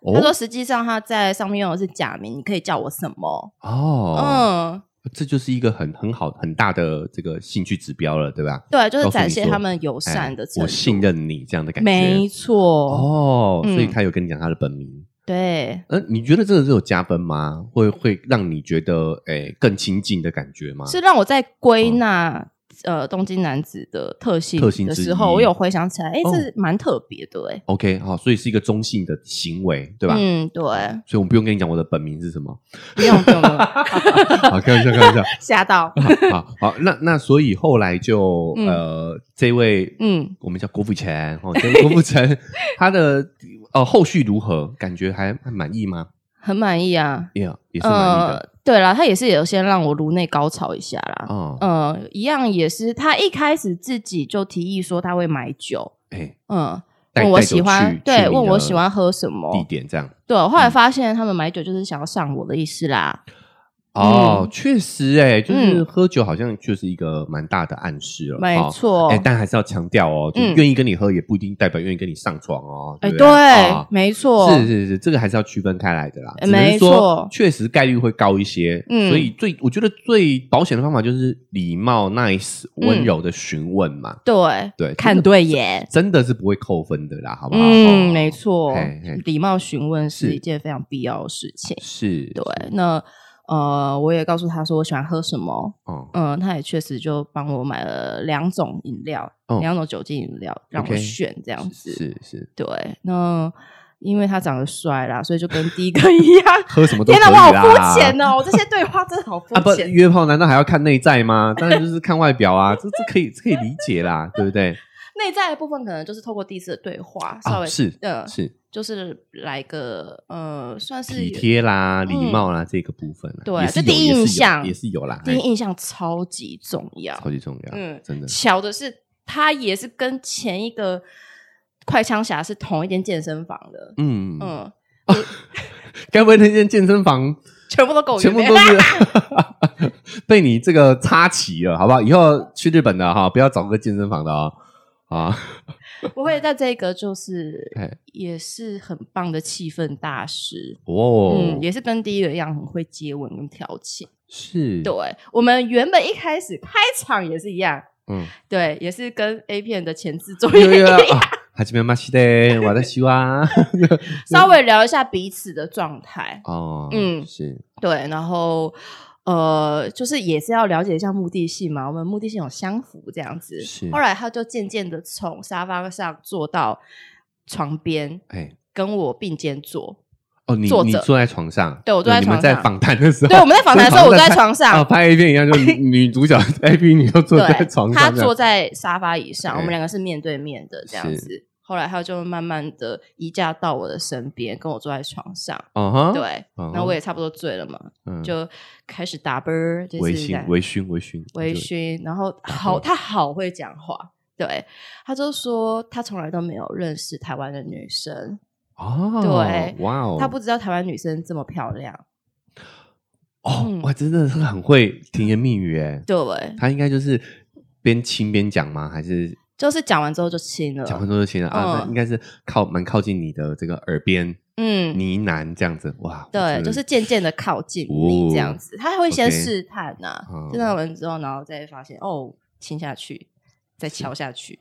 A: 哦
B: 他说实际上他在上面用的是假名，你可以叫我什么？
A: 哦，
B: 嗯，
A: 这就是一个很很好很大的这个兴趣指标了，对吧？
B: 对，就是
A: 告诉你
B: 展现
A: 说
B: 他们友
A: 哎
B: 善的程度。
A: 我信任你这样的感觉。
B: 没错，
A: 哦，所以
B: 嗯
A: 他有跟你讲他的本名。
B: 对，
A: 呃，你觉得这个是有加分吗？会会让你觉得诶、更亲近的感觉吗？
B: 是让我在归纳、呃东京男子的特性
A: 嗯特性
B: 的
A: 之
B: 时候，
A: 一
B: 我有回想起来，哎、
A: 哦
B: 这是蛮特别的、诶
A: OK 好、所以是一个中性的行为，对吧？
B: 嗯，对，
A: 所以我不用跟你讲我的本名是什么。
B: 不用不用不 用，
A: 好，开玩笑，开玩笑。
B: 吓到，
A: 嗯 好好，那那所以后来就、
B: 嗯
A: 呃，这位
B: 嗯，
A: 我们叫郭富城 哦哦，这位郭富城他的呃后续如何？感觉还还满意吗？
B: 很满意啊，
A: ，Yeah，也是满意
B: 呃
A: 的。
B: 对啦，他也是有先让我颅内高潮一下啦。
A: 哦，
B: 嗯，一样也是，他一开始自己就提议说他会买酒，
A: 哎，
B: 嗯，
A: 带
B: 问我
A: 带酒
B: 喜欢
A: 去
B: 对
A: 去你
B: 问我
A: 的
B: 喜欢喝什么嗯
A: 地点这样。
B: 对。我后来发现他们买酒就是想要上我的意思啦，
A: 哦，确实，哎，就是
B: 嗯
A: 喝酒好像就是一个蛮大的暗示了，
B: 没
A: 哦
B: 错，
A: 哎、但还是要强调哦，就是
B: 嗯
A: 愿意跟你喝，也不一定代表愿意跟你上床哦。
B: 哎，
A: 不
B: 对，
A: 啊
B: 没错，
A: 是是是，这个还是要区分开来的啦。
B: 哎
A: 只能
B: 没
A: 说
B: 错
A: 确实概率会高一些。
B: 嗯
A: 所以最我觉得最保险的方法就是礼貌、nice、
B: 嗯
A: 温柔的询问嘛。
B: 对，
A: 对，
B: 看
A: 真的
B: 对眼，
A: 真的是不会扣分的啦，好不好？
B: 嗯，
A: 哦
B: 没错
A: 嘿嘿，
B: 礼貌询问是
A: 是
B: 一件非常必要的事情。
A: 是，
B: 对
A: 是，
B: 那呃，我也告诉他说我喜欢喝什么，
A: 哦，
B: 嗯，他也确实就帮我买了两种饮料，
A: 哦
B: 两种酒精饮料让我
A: OK
B: 选这样子。
A: 是是，
B: 对，那因为他长得帅啦，所以就跟第一个一样。
A: 喝什么 都
B: 天
A: 可以
B: 我好
A: 啦
B: 肤浅哦！我这些对话真的好 肤
A: 啊不，
B: 浅。
A: 约炮难道还要看内在吗？当然就是看外表啊，这这可以这可以理解啦，对不对？
B: 内在的部分可能就是透过第一次的对话，稍
A: 啊，
B: 微
A: 是
B: 呃，
A: 是，
B: 就是来个呃，算是
A: 体贴啦、礼貌啦这个部分啊，
B: 嗯对啊
A: 也是
B: 就第一
A: 有也是有
B: 印象
A: 也是有啦，
B: 第一
A: 哎
B: 印象超级重要。
A: 超级重要，
B: 嗯
A: 真的
B: 巧的是，他也是跟前一个快枪侠是同一间健身房的，
A: 嗯，
B: 嗯，
A: 该不会那间健身房
B: 全部都跟我约
A: 全部都是被你这个插旗了，好不好？以后去日本的哈，不要找个健身房的哦。啊，
B: 我会在这个就是
A: 哎，
B: 也是很棒的气氛大师，
A: 哦，
B: 嗯，也是跟第一个一样很会接吻跟调情。
A: 是，
B: 对，我们原本一开始开场也是一样，
A: 嗯，
B: 对，也是跟 A 片的前置作
A: 有
B: 业
A: 有有啊，还是没马西的，我在希望
B: 稍微聊一下彼此的状态，
A: 哦，
B: 嗯
A: 是
B: 对，然后。呃，就是也是要了解一下目的性嘛，我们目的性有相符这样子
A: 是。
B: 后来他就渐渐的从沙发上坐到床边，
A: 哎。
B: 跟我并肩坐。
A: 哦，你
B: 坐
A: 你
B: 着
A: 坐在床上，
B: 对我坐在
A: 你们
B: 床
A: 在
B: 上
A: 访谈的时候，
B: 对，我们在访谈的时候，我
A: 在
B: 坐在
A: 拍
B: 床
A: 啊，
B: 上，
A: 拍 A 片一样，就女女主角 A P 女就坐在床
B: 他
A: 上这样，
B: 坐在沙发椅上，
A: 哎
B: 我们两个是面对面的这样
A: 是
B: 子。后来他就慢慢的移驾到我的身边，跟我坐在床上。
A: 啊哈，
B: 对，
A: 嗯
B: 然后我也差不多醉了嘛，
A: 嗯，
B: 就开始打啵儿，就是
A: 微
B: 在
A: 醺微醺微醺
B: 微
A: 就
B: 醺，然后好，他好会讲话。对，他就说他从来都没有认识台湾的女生，
A: 哦，
B: 对
A: 哇哦，
B: 他不知道台湾女生这么漂亮。
A: 哦
B: 嗯，
A: 哇，真的是很会甜言蜜语哎，
B: 对，
A: 他应该就是边亲边讲吗？还是
B: 就是讲完之后就亲了。
A: 讲完之后就亲了啊？那
B: 嗯
A: 应该是靠蛮靠近你的这个耳边
B: 嗯，
A: 呢喃这样子，哇，我
B: 对，
A: 真的
B: 就是渐渐的靠近你这样子，他还会先
A: 哦 OK
B: 试探呐、
A: 嗯
B: 试探完之后，然后再发现哦，亲下去，再敲下去，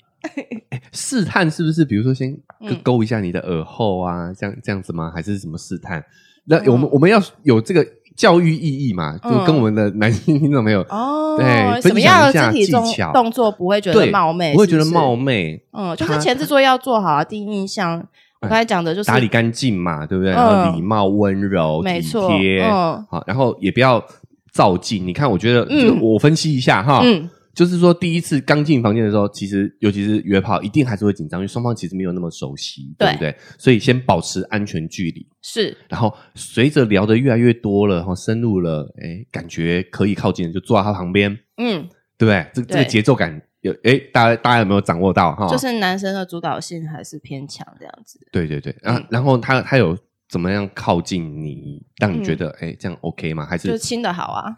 A: 试探是不是？比如说先勾
B: 嗯
A: 勾一下你的耳后啊，这样这样子吗？还是什么试探？那
B: 嗯
A: 我们、我们要有这个教育意义嘛？就
B: 嗯
A: 跟我们的男性听众朋友
B: 哦，
A: 对
B: 什么样
A: 分
B: 的
A: 享
B: 肢
A: 一下
B: 体动
A: 技巧
B: 动作不会觉得
A: 对
B: 冒昧？
A: 不会觉得
B: 是不是
A: 冒，昧，
B: 嗯，就
A: 他哎
B: 是前置作业要做好啊，第一印象。我刚才讲的就是
A: 打理干净嘛，对不对？
B: 嗯
A: 然后礼貌、温柔、
B: 没
A: 体
B: 错
A: 贴，
B: 嗯
A: 好，然后也不要造进。你看，我觉得、
B: 嗯
A: 这个我分析一下哈。
B: 嗯，
A: 就是说，第一次刚进房间的时候，其实尤其是约炮，一定还是会紧张，因为双方其实没有那么熟悉，对
B: 对
A: 不对？所以先保持安全距离，
B: 是
A: 然后随着聊得越来越多了，然后深入了，哎，感觉可以靠近了，就坐在他旁边，
B: 嗯，
A: 对不对？这这个
B: 对
A: 节奏感有，哎，大家大家有没有掌握到哈？
B: 就是男生的主导性还是偏强这样子。
A: 对对对，然、
B: 嗯
A: 后然后他他有怎么样靠近你，让你觉得哎、诶这样 OK 吗？还
B: 嗯就是
A: 是
B: 亲的好啊，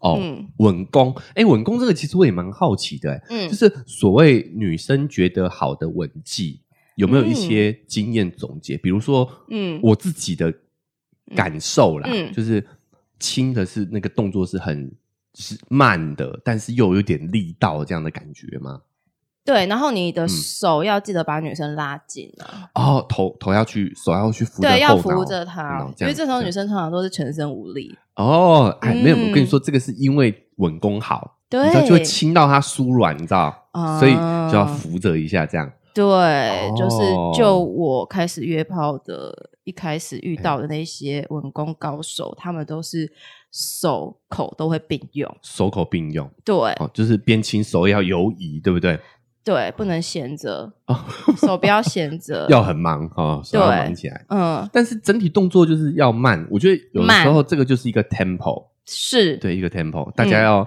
A: 哦、
B: 嗯
A: 稳攻？哎，稳攻这个其实我也蛮好奇的、诶
B: 嗯
A: 就，是所谓女生觉得好的吻技，有没有一些经验总结？比如说，
B: 嗯
A: 我自己的感受啦，
B: 嗯
A: 就是亲的是那个动作是很是慢的，但是又有点力道这样的感觉吗？
B: 对，然后你的
A: 嗯
B: 手要记得把女生拉紧啊，
A: 哦，头头要去，手要去扶着
B: 对，要
A: 后脑
B: 扶着她
A: 嗯，
B: 因为这时候
A: 样
B: 女生通常都是全身无力，
A: 哦，哎，没有，
B: 嗯
A: 我跟你说，这个是因为稳功好，你
B: 对，
A: 知道就会亲到它酥软，你知道，
B: 啊
A: 所以就要扶着一下这样。
B: 对，
A: 哦
B: 就是就我开始约炮的，一开始遇
A: 哎
B: 到的那些文工高手，他们都是手口都会并用，
A: 手口并用
B: 对
A: 哦，就是边亲手也要游移，对不对？
B: 对，不能闲着，
A: 哦，
B: 手不要闲着，
A: 要很忙哈，手要忙起来。
B: 嗯，
A: 但是整体动作就是要慢，我觉得有的
B: 慢
A: 时候这个就是一个 tempo，
B: 是，
A: 对，一个 tempo，大家要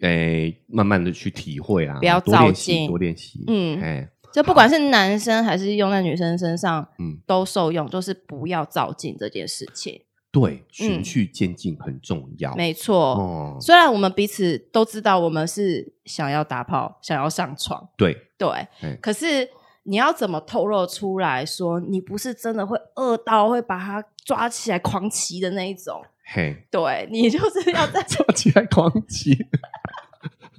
A: 诶、慢慢的去体会啊，
B: 嗯不要
A: 多练
B: 躁
A: 习，
B: 进
A: 多练习，
B: 嗯
A: 哎，
B: 就不管是男生还是用在女生身上，
A: 嗯
B: 都受用，就是不要照镜这件事情，
A: 对，循序渐进很重要，
B: 嗯没错。
A: 哦，
B: 虽然我们彼此都知道我们是想要打炮、想要上床，
A: 对，
B: 对，
A: 哎，
B: 可是你要怎么透露出来说你不是真的会饿到会把它抓起来狂骑的那一种？
A: 嘿，
B: 对 你就是 要在，
A: 抓起来狂击，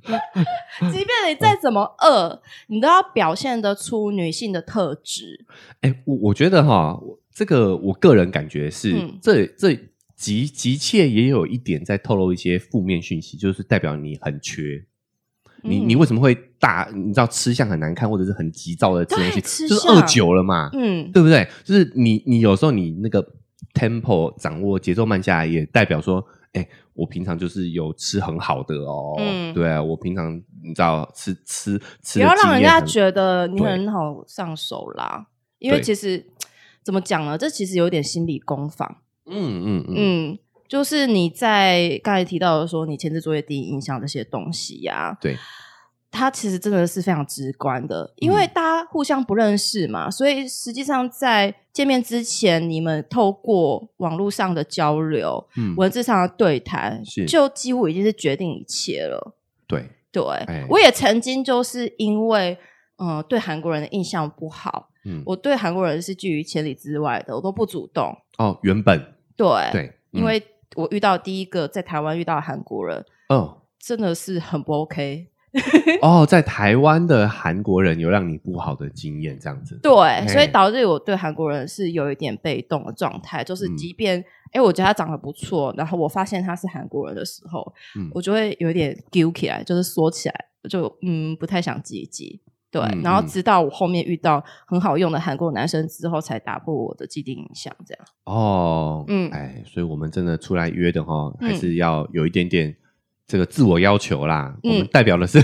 B: 即便你再怎么饿，你都要表现得出女性的特质。
A: 哎、我我觉得哈，我这个我个人感觉是、
B: 嗯
A: 这这急急切也有一点在透露一些负面讯息，就是代表你很缺。你
B: 嗯
A: 你为什么会大？你知道吃相很难看，或者是很急躁的吃东西，
B: 对吃
A: 就是
B: 相
A: 饿久了嘛，
B: 嗯，
A: 对不对？就是你你有时候你那个 tempo 掌握节奏慢下来，也代表说，哎、我平常就是有吃很好的哦，
B: 嗯
A: 对啊，我平常你知道吃吃吃
B: 不
A: 的经验
B: 要
A: 很，
B: 让人家觉得你
A: 对
B: 很好上手啦，因为
A: 对
B: 其实怎么讲呢，这其实有点心理攻防。
A: 嗯嗯嗯，
B: 嗯，就是你在刚才提到的说你前置作业第一印象这些东西呀、
A: 对，
B: 它其实真的是非常直观的，因
A: 嗯
B: 为大家互相不认识嘛，所以实际上在见面之前，你们透过网络上的交流、
A: 嗯，
B: 文字上的对谈
A: 是，
B: 就几乎已经是决定一切了。
A: 对，
B: 对，
A: 哎
B: 我也曾经就是因为嗯、呃对韩国人的印象不好，
A: 嗯，
B: 我对韩国人是拒于千里之外的，我都不主动。
A: 哦，原本
B: 对，
A: 对，
B: 呃
A: 嗯
B: 因为我遇到第一个在台湾遇到的韩国人，
A: 哦
B: 真的是很不 OK。
A: 哦，在台湾的韩国人有让你不好的经验，这样子，
B: 对，所以
A: 嘿
B: 导致我对韩国人是有一点被动的状态，就是
A: 嗯
B: 即便哎、诶我觉得他长得不错，然后我发现他是韩国人的时候，
A: 嗯
B: 我就会有点揪起来，就是缩起来，就嗯不太想积极。对，
A: 嗯
B: 然后
A: 嗯
B: 直到我后面遇到很好用的韩国男生之后，才打破我的既定印象。这样
A: 哦，嗯
B: 嗯，
A: 哎，所以我们真的出来约的哈，
B: 嗯
A: 还是要有一点点这个自我要求啦。
B: 嗯
A: 我们代表的是，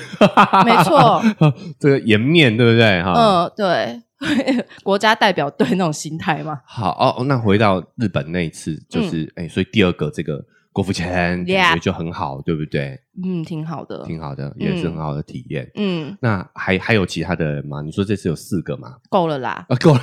B: 没错，
A: 这个颜面对不对哈？
B: 嗯、对， 国家代表队那种心态嘛，
A: 好哦，哦那回到日本那一次，就是哎、所以第二个这个郭富城感
B: 嗯 Yeah
A: 觉就很好，对不对？
B: 嗯，挺好的，
A: 挺好的，也是很好的体验。
B: 嗯，
A: 那还还有其他的人吗？你说这次有四个吗？
B: 够了啦，
A: 啊，够了，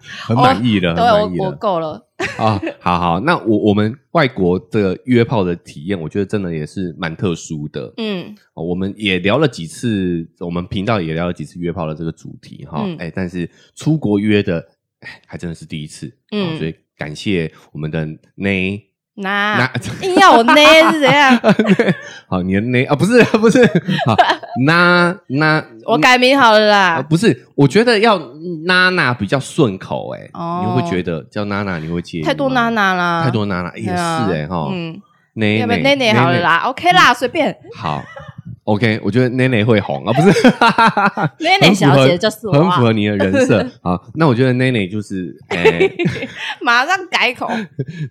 A: 很满意了，
B: 哦对
A: 呃很满意
B: 我我
A: 了
B: 够了，
A: 啊、 好好，那我我们外国的约炮的体验，我觉得真的也是蛮特殊的、
B: 嗯
A: 哦我们也聊了几次，我们频道也聊了几次约炮的这个主题哈。哎、
B: 嗯
A: 但是出国约的，哎，还真的是第一次。嗯、
B: 嗯
A: 所以感谢我们的内
B: 那
A: 那。
B: 硬 要我捏是怎样？
A: 好，你的内啊，不是不是，好， 那那
B: 我改名好了
A: 啊，
B: 啦。
A: 不是，我觉得要嗯娜娜比较顺口哎、
B: 哦
A: 你会不会觉得叫娜娜你会介意吗
B: 太多娜，娜啦，
A: 太多娜娜也
B: 对
A: 是
B: 啊
A: 哎哈，
B: 嗯，
A: 内
B: 要不
A: 内
B: 然内内好了，啦，OK 啦，随便
A: 内内好，OK，我觉得内内会红啊，不 是，
B: 内内小姐就是我
A: 很符
B: 啊，
A: 合你的人 设好，那我觉得内内就是哎、
B: 马上改 口。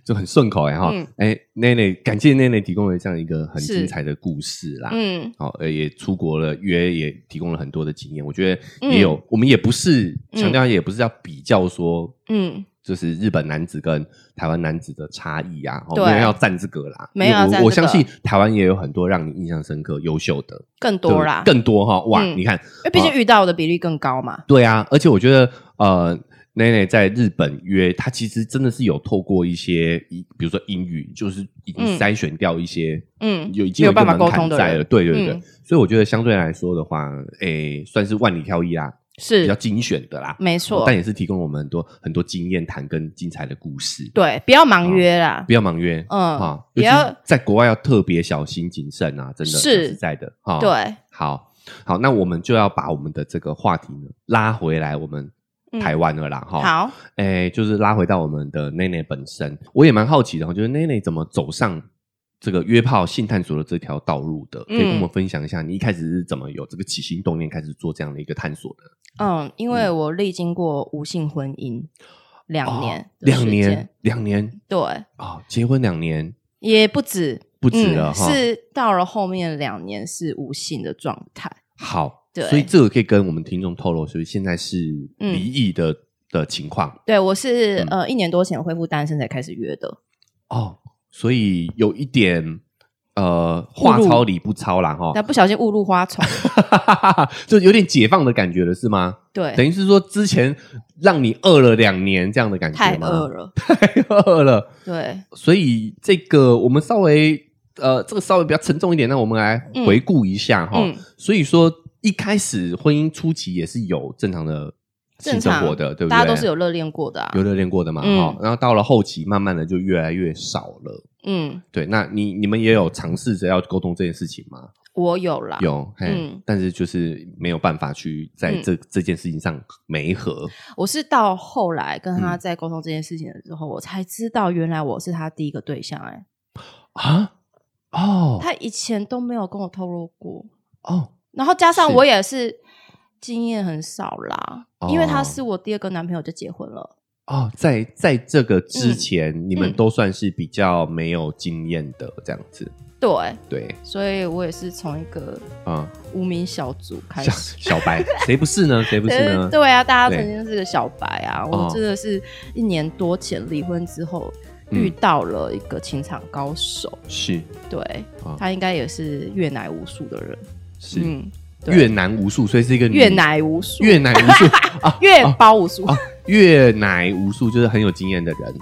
A: 就很顺口哎、哈，
B: 嗯
A: 哎内内感谢内内提供了这样一个很
B: 是
A: 精彩的故事啦，
B: 嗯，
A: 好，呃，也出国了，约也提供了很多的经验。我觉得
B: 嗯
A: 也有，我们也不是强调，也不是要比较说，
B: 嗯，
A: 就是日本男子跟台湾男子的差异啊，哦
B: 对
A: 没有要站这个啦。
B: 没有要
A: 因为我
B: 站这
A: 我
B: 个
A: 相信台湾也有很多让你印象深刻、优秀的，
B: 更
A: 对不
B: 多
A: 对
B: 啦，
A: 更多哈。哇，
B: 嗯
A: 你看，
B: 因为毕竟遇到的比例更高嘛。
A: 对啊，而且我觉得呃。奈奈在日本约，她其实真的是有透过一些，比如说英语，就是已经
B: 嗯
A: 筛选掉一些
B: 嗯，
A: 有已经
B: 没有
A: 一个
B: 办法
A: 门
B: 沟
A: 槛
B: 通的
A: 在
B: 人
A: 了，对对对，
B: 嗯
A: 所以我觉得相对来说的话，诶，算是万里挑一啦，比较
B: 是
A: 精选的啦，
B: 没错
A: 但。也是提供我们很多很多经验谈跟精彩的故事，
B: 对，不要盲约啦
A: 不。要盲约，
B: 嗯
A: 啊，
B: 不要
A: 尤其在国外要特别小心谨慎啊，真的
B: 是
A: 讲实在的，哈，，
B: 对，
A: 好好，那我们就要把我们的这个话题呢拉回来，我们
B: 嗯
A: 台湾了啦，哈、
B: 好，
A: 哎，就是拉回到我们的内内本身，我也蛮好奇的哦，就是内内怎么走上这个约炮性探索的这条道路的，可以
B: 嗯
A: 跟我们分享一下，你一开始是怎么有这个起心动念开始做这样的一个探索的？
B: 嗯，因为我历经过无性婚姻两
A: 哦
B: 年，
A: 两年，，两年
B: 对，
A: 哦，结婚两年
B: 也不止，
A: 不止了
B: 嗯
A: 哈、
B: 是到了后面两年是无性的状态。
A: 好，
B: 对嗯
A: 所以这个可以跟我们听众透露，所以现在是离异的、的情况
B: 对我是、
A: 嗯
B: 呃一年多前恢复单身才开始约的，
A: 哦，所以有一点呃话糙理不糙啦哈，
B: 但不小心误入花 丛。
A: 就有点解放的感觉了是吗？等
B: 对，
A: 于是说之前让你饿了两年这样的感觉
B: 太
A: 吗
B: 饿，了。
A: 太饿了，
B: 对，
A: 所以这个我们稍微呃这个稍微比较沉重一点，那我们来回顾一下哈、
B: 嗯，
A: 所以说一开始婚姻初期也是有正常的性
B: 正
A: 生
B: 常
A: 活的，对不对？
B: 大家都是有热恋过的啊
A: 有。热恋过的嘛，哈、
B: 嗯
A: 然后到了后期，慢慢的就越来越少了。
B: 嗯，
A: 对，那你你们也有尝试着要沟通这件事情吗？
B: 我有啦。
A: 有，嘿
B: 嗯
A: 但是就是没有办法去在这、这件事情上媒合。
B: 我是到后来跟
A: 嗯
B: 他在沟通这件事情的时候，我才知道原来我是他第一个对象、哎，
A: 啊，哦，
B: 他以前都没有跟我透露过。
A: 哦，
B: 然后加上
A: 是
B: 我也是经验很少啦，
A: 哦
B: 因为他是我第二个男朋友就结婚了。
A: 哦，在在这个之前，你们
B: 嗯
A: 都算是比较没有经验的这样子。
B: 对，
A: 对，
B: 所以我也是从一个
A: 啊、
B: 无名小卒开
A: 小
B: 始。
A: 小白，谁不是呢？谁不是呢？
B: 对啊，大家
A: 对
B: 曾经是个小白啊，
A: 哦
B: 我真的是一年多前离婚之后
A: 嗯
B: 遇到了一个情场高手，
A: 是
B: 对
A: 哦
B: 他应该也是阅奶无数的人，
A: 是、
B: 嗯，对
A: 越南无数，所以是一个女
B: 阅奶无数，
A: 越南无数啊，
B: 阅包无数，
A: 啊越南无数就是很有经验的人，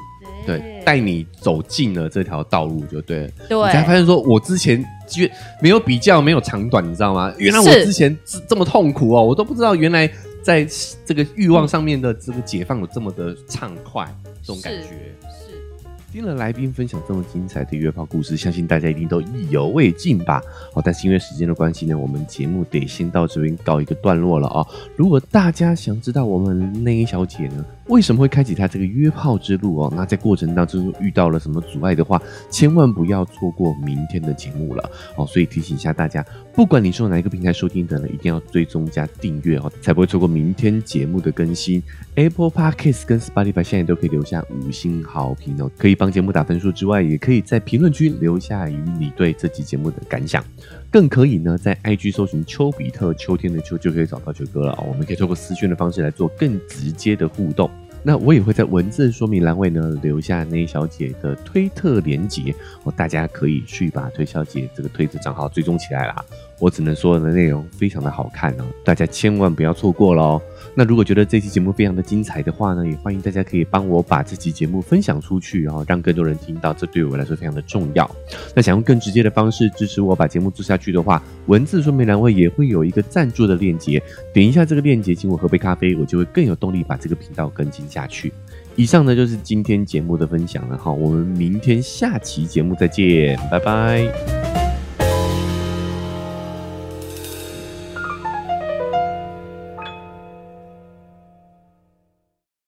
A: 对，带你走进了这条道路就对了。
B: 对
A: 你才发现说我之前越没有比较，没有长短，你知道吗？原来我
B: 是
A: 之前这这么痛苦哦，我都不知道原来在这个欲
B: 嗯
A: 望上面的这个解放有这么的畅快，这种感
B: 是
A: 觉。
B: 是
A: 听了来宾分享这么精彩的约炮故事，相信大家一定都意犹未尽吧？好，但是因为时间的关系呢，我们节目得先到这边告一个段落了啊、如果大家想知道我们内衣小姐呢为什么会开启她这个约炮之路哦，那在过程当中遇到了什么阻碍的话，千万不要错过明天的节目了哦。所以提醒一下大家，不管你是用哪一个平台收听的呢，一定要追踪加订阅哦，才不会错过明天节目的更新。Apple Podcast 跟 Spotify 现在都可以留下五星好评哦，可以帮节目打分数之外，也可以在评论区留下与你对这期节目的感想，更可以呢在 IG 搜寻丘比特秋天的秋就可以找到球哥了哦。我们可以透过私讯的方式来做更直接的互动。那我也会在文字说明栏位呢留下内小姐的推特连结哦，大家可以去把推小姐这个推特账号追踪起来啦。我只能说呢，内容非常的好看哦，大家千万不要错过哦喽。那如果觉得这期节目非常的精彩的话呢，也欢迎大家可以帮我把这期节目分享出去哦，让更多人听到，这对我来说非常的重要。那想用更直接的方式支持我把节目做下去的话，文字说明栏位也会有一个赞助的链接，点一下这个链接，请我喝杯咖啡，我就会更有动力把这个频道更新下去。以上呢就是今天节目的分享了哈，我们明天下期节目再见，拜拜。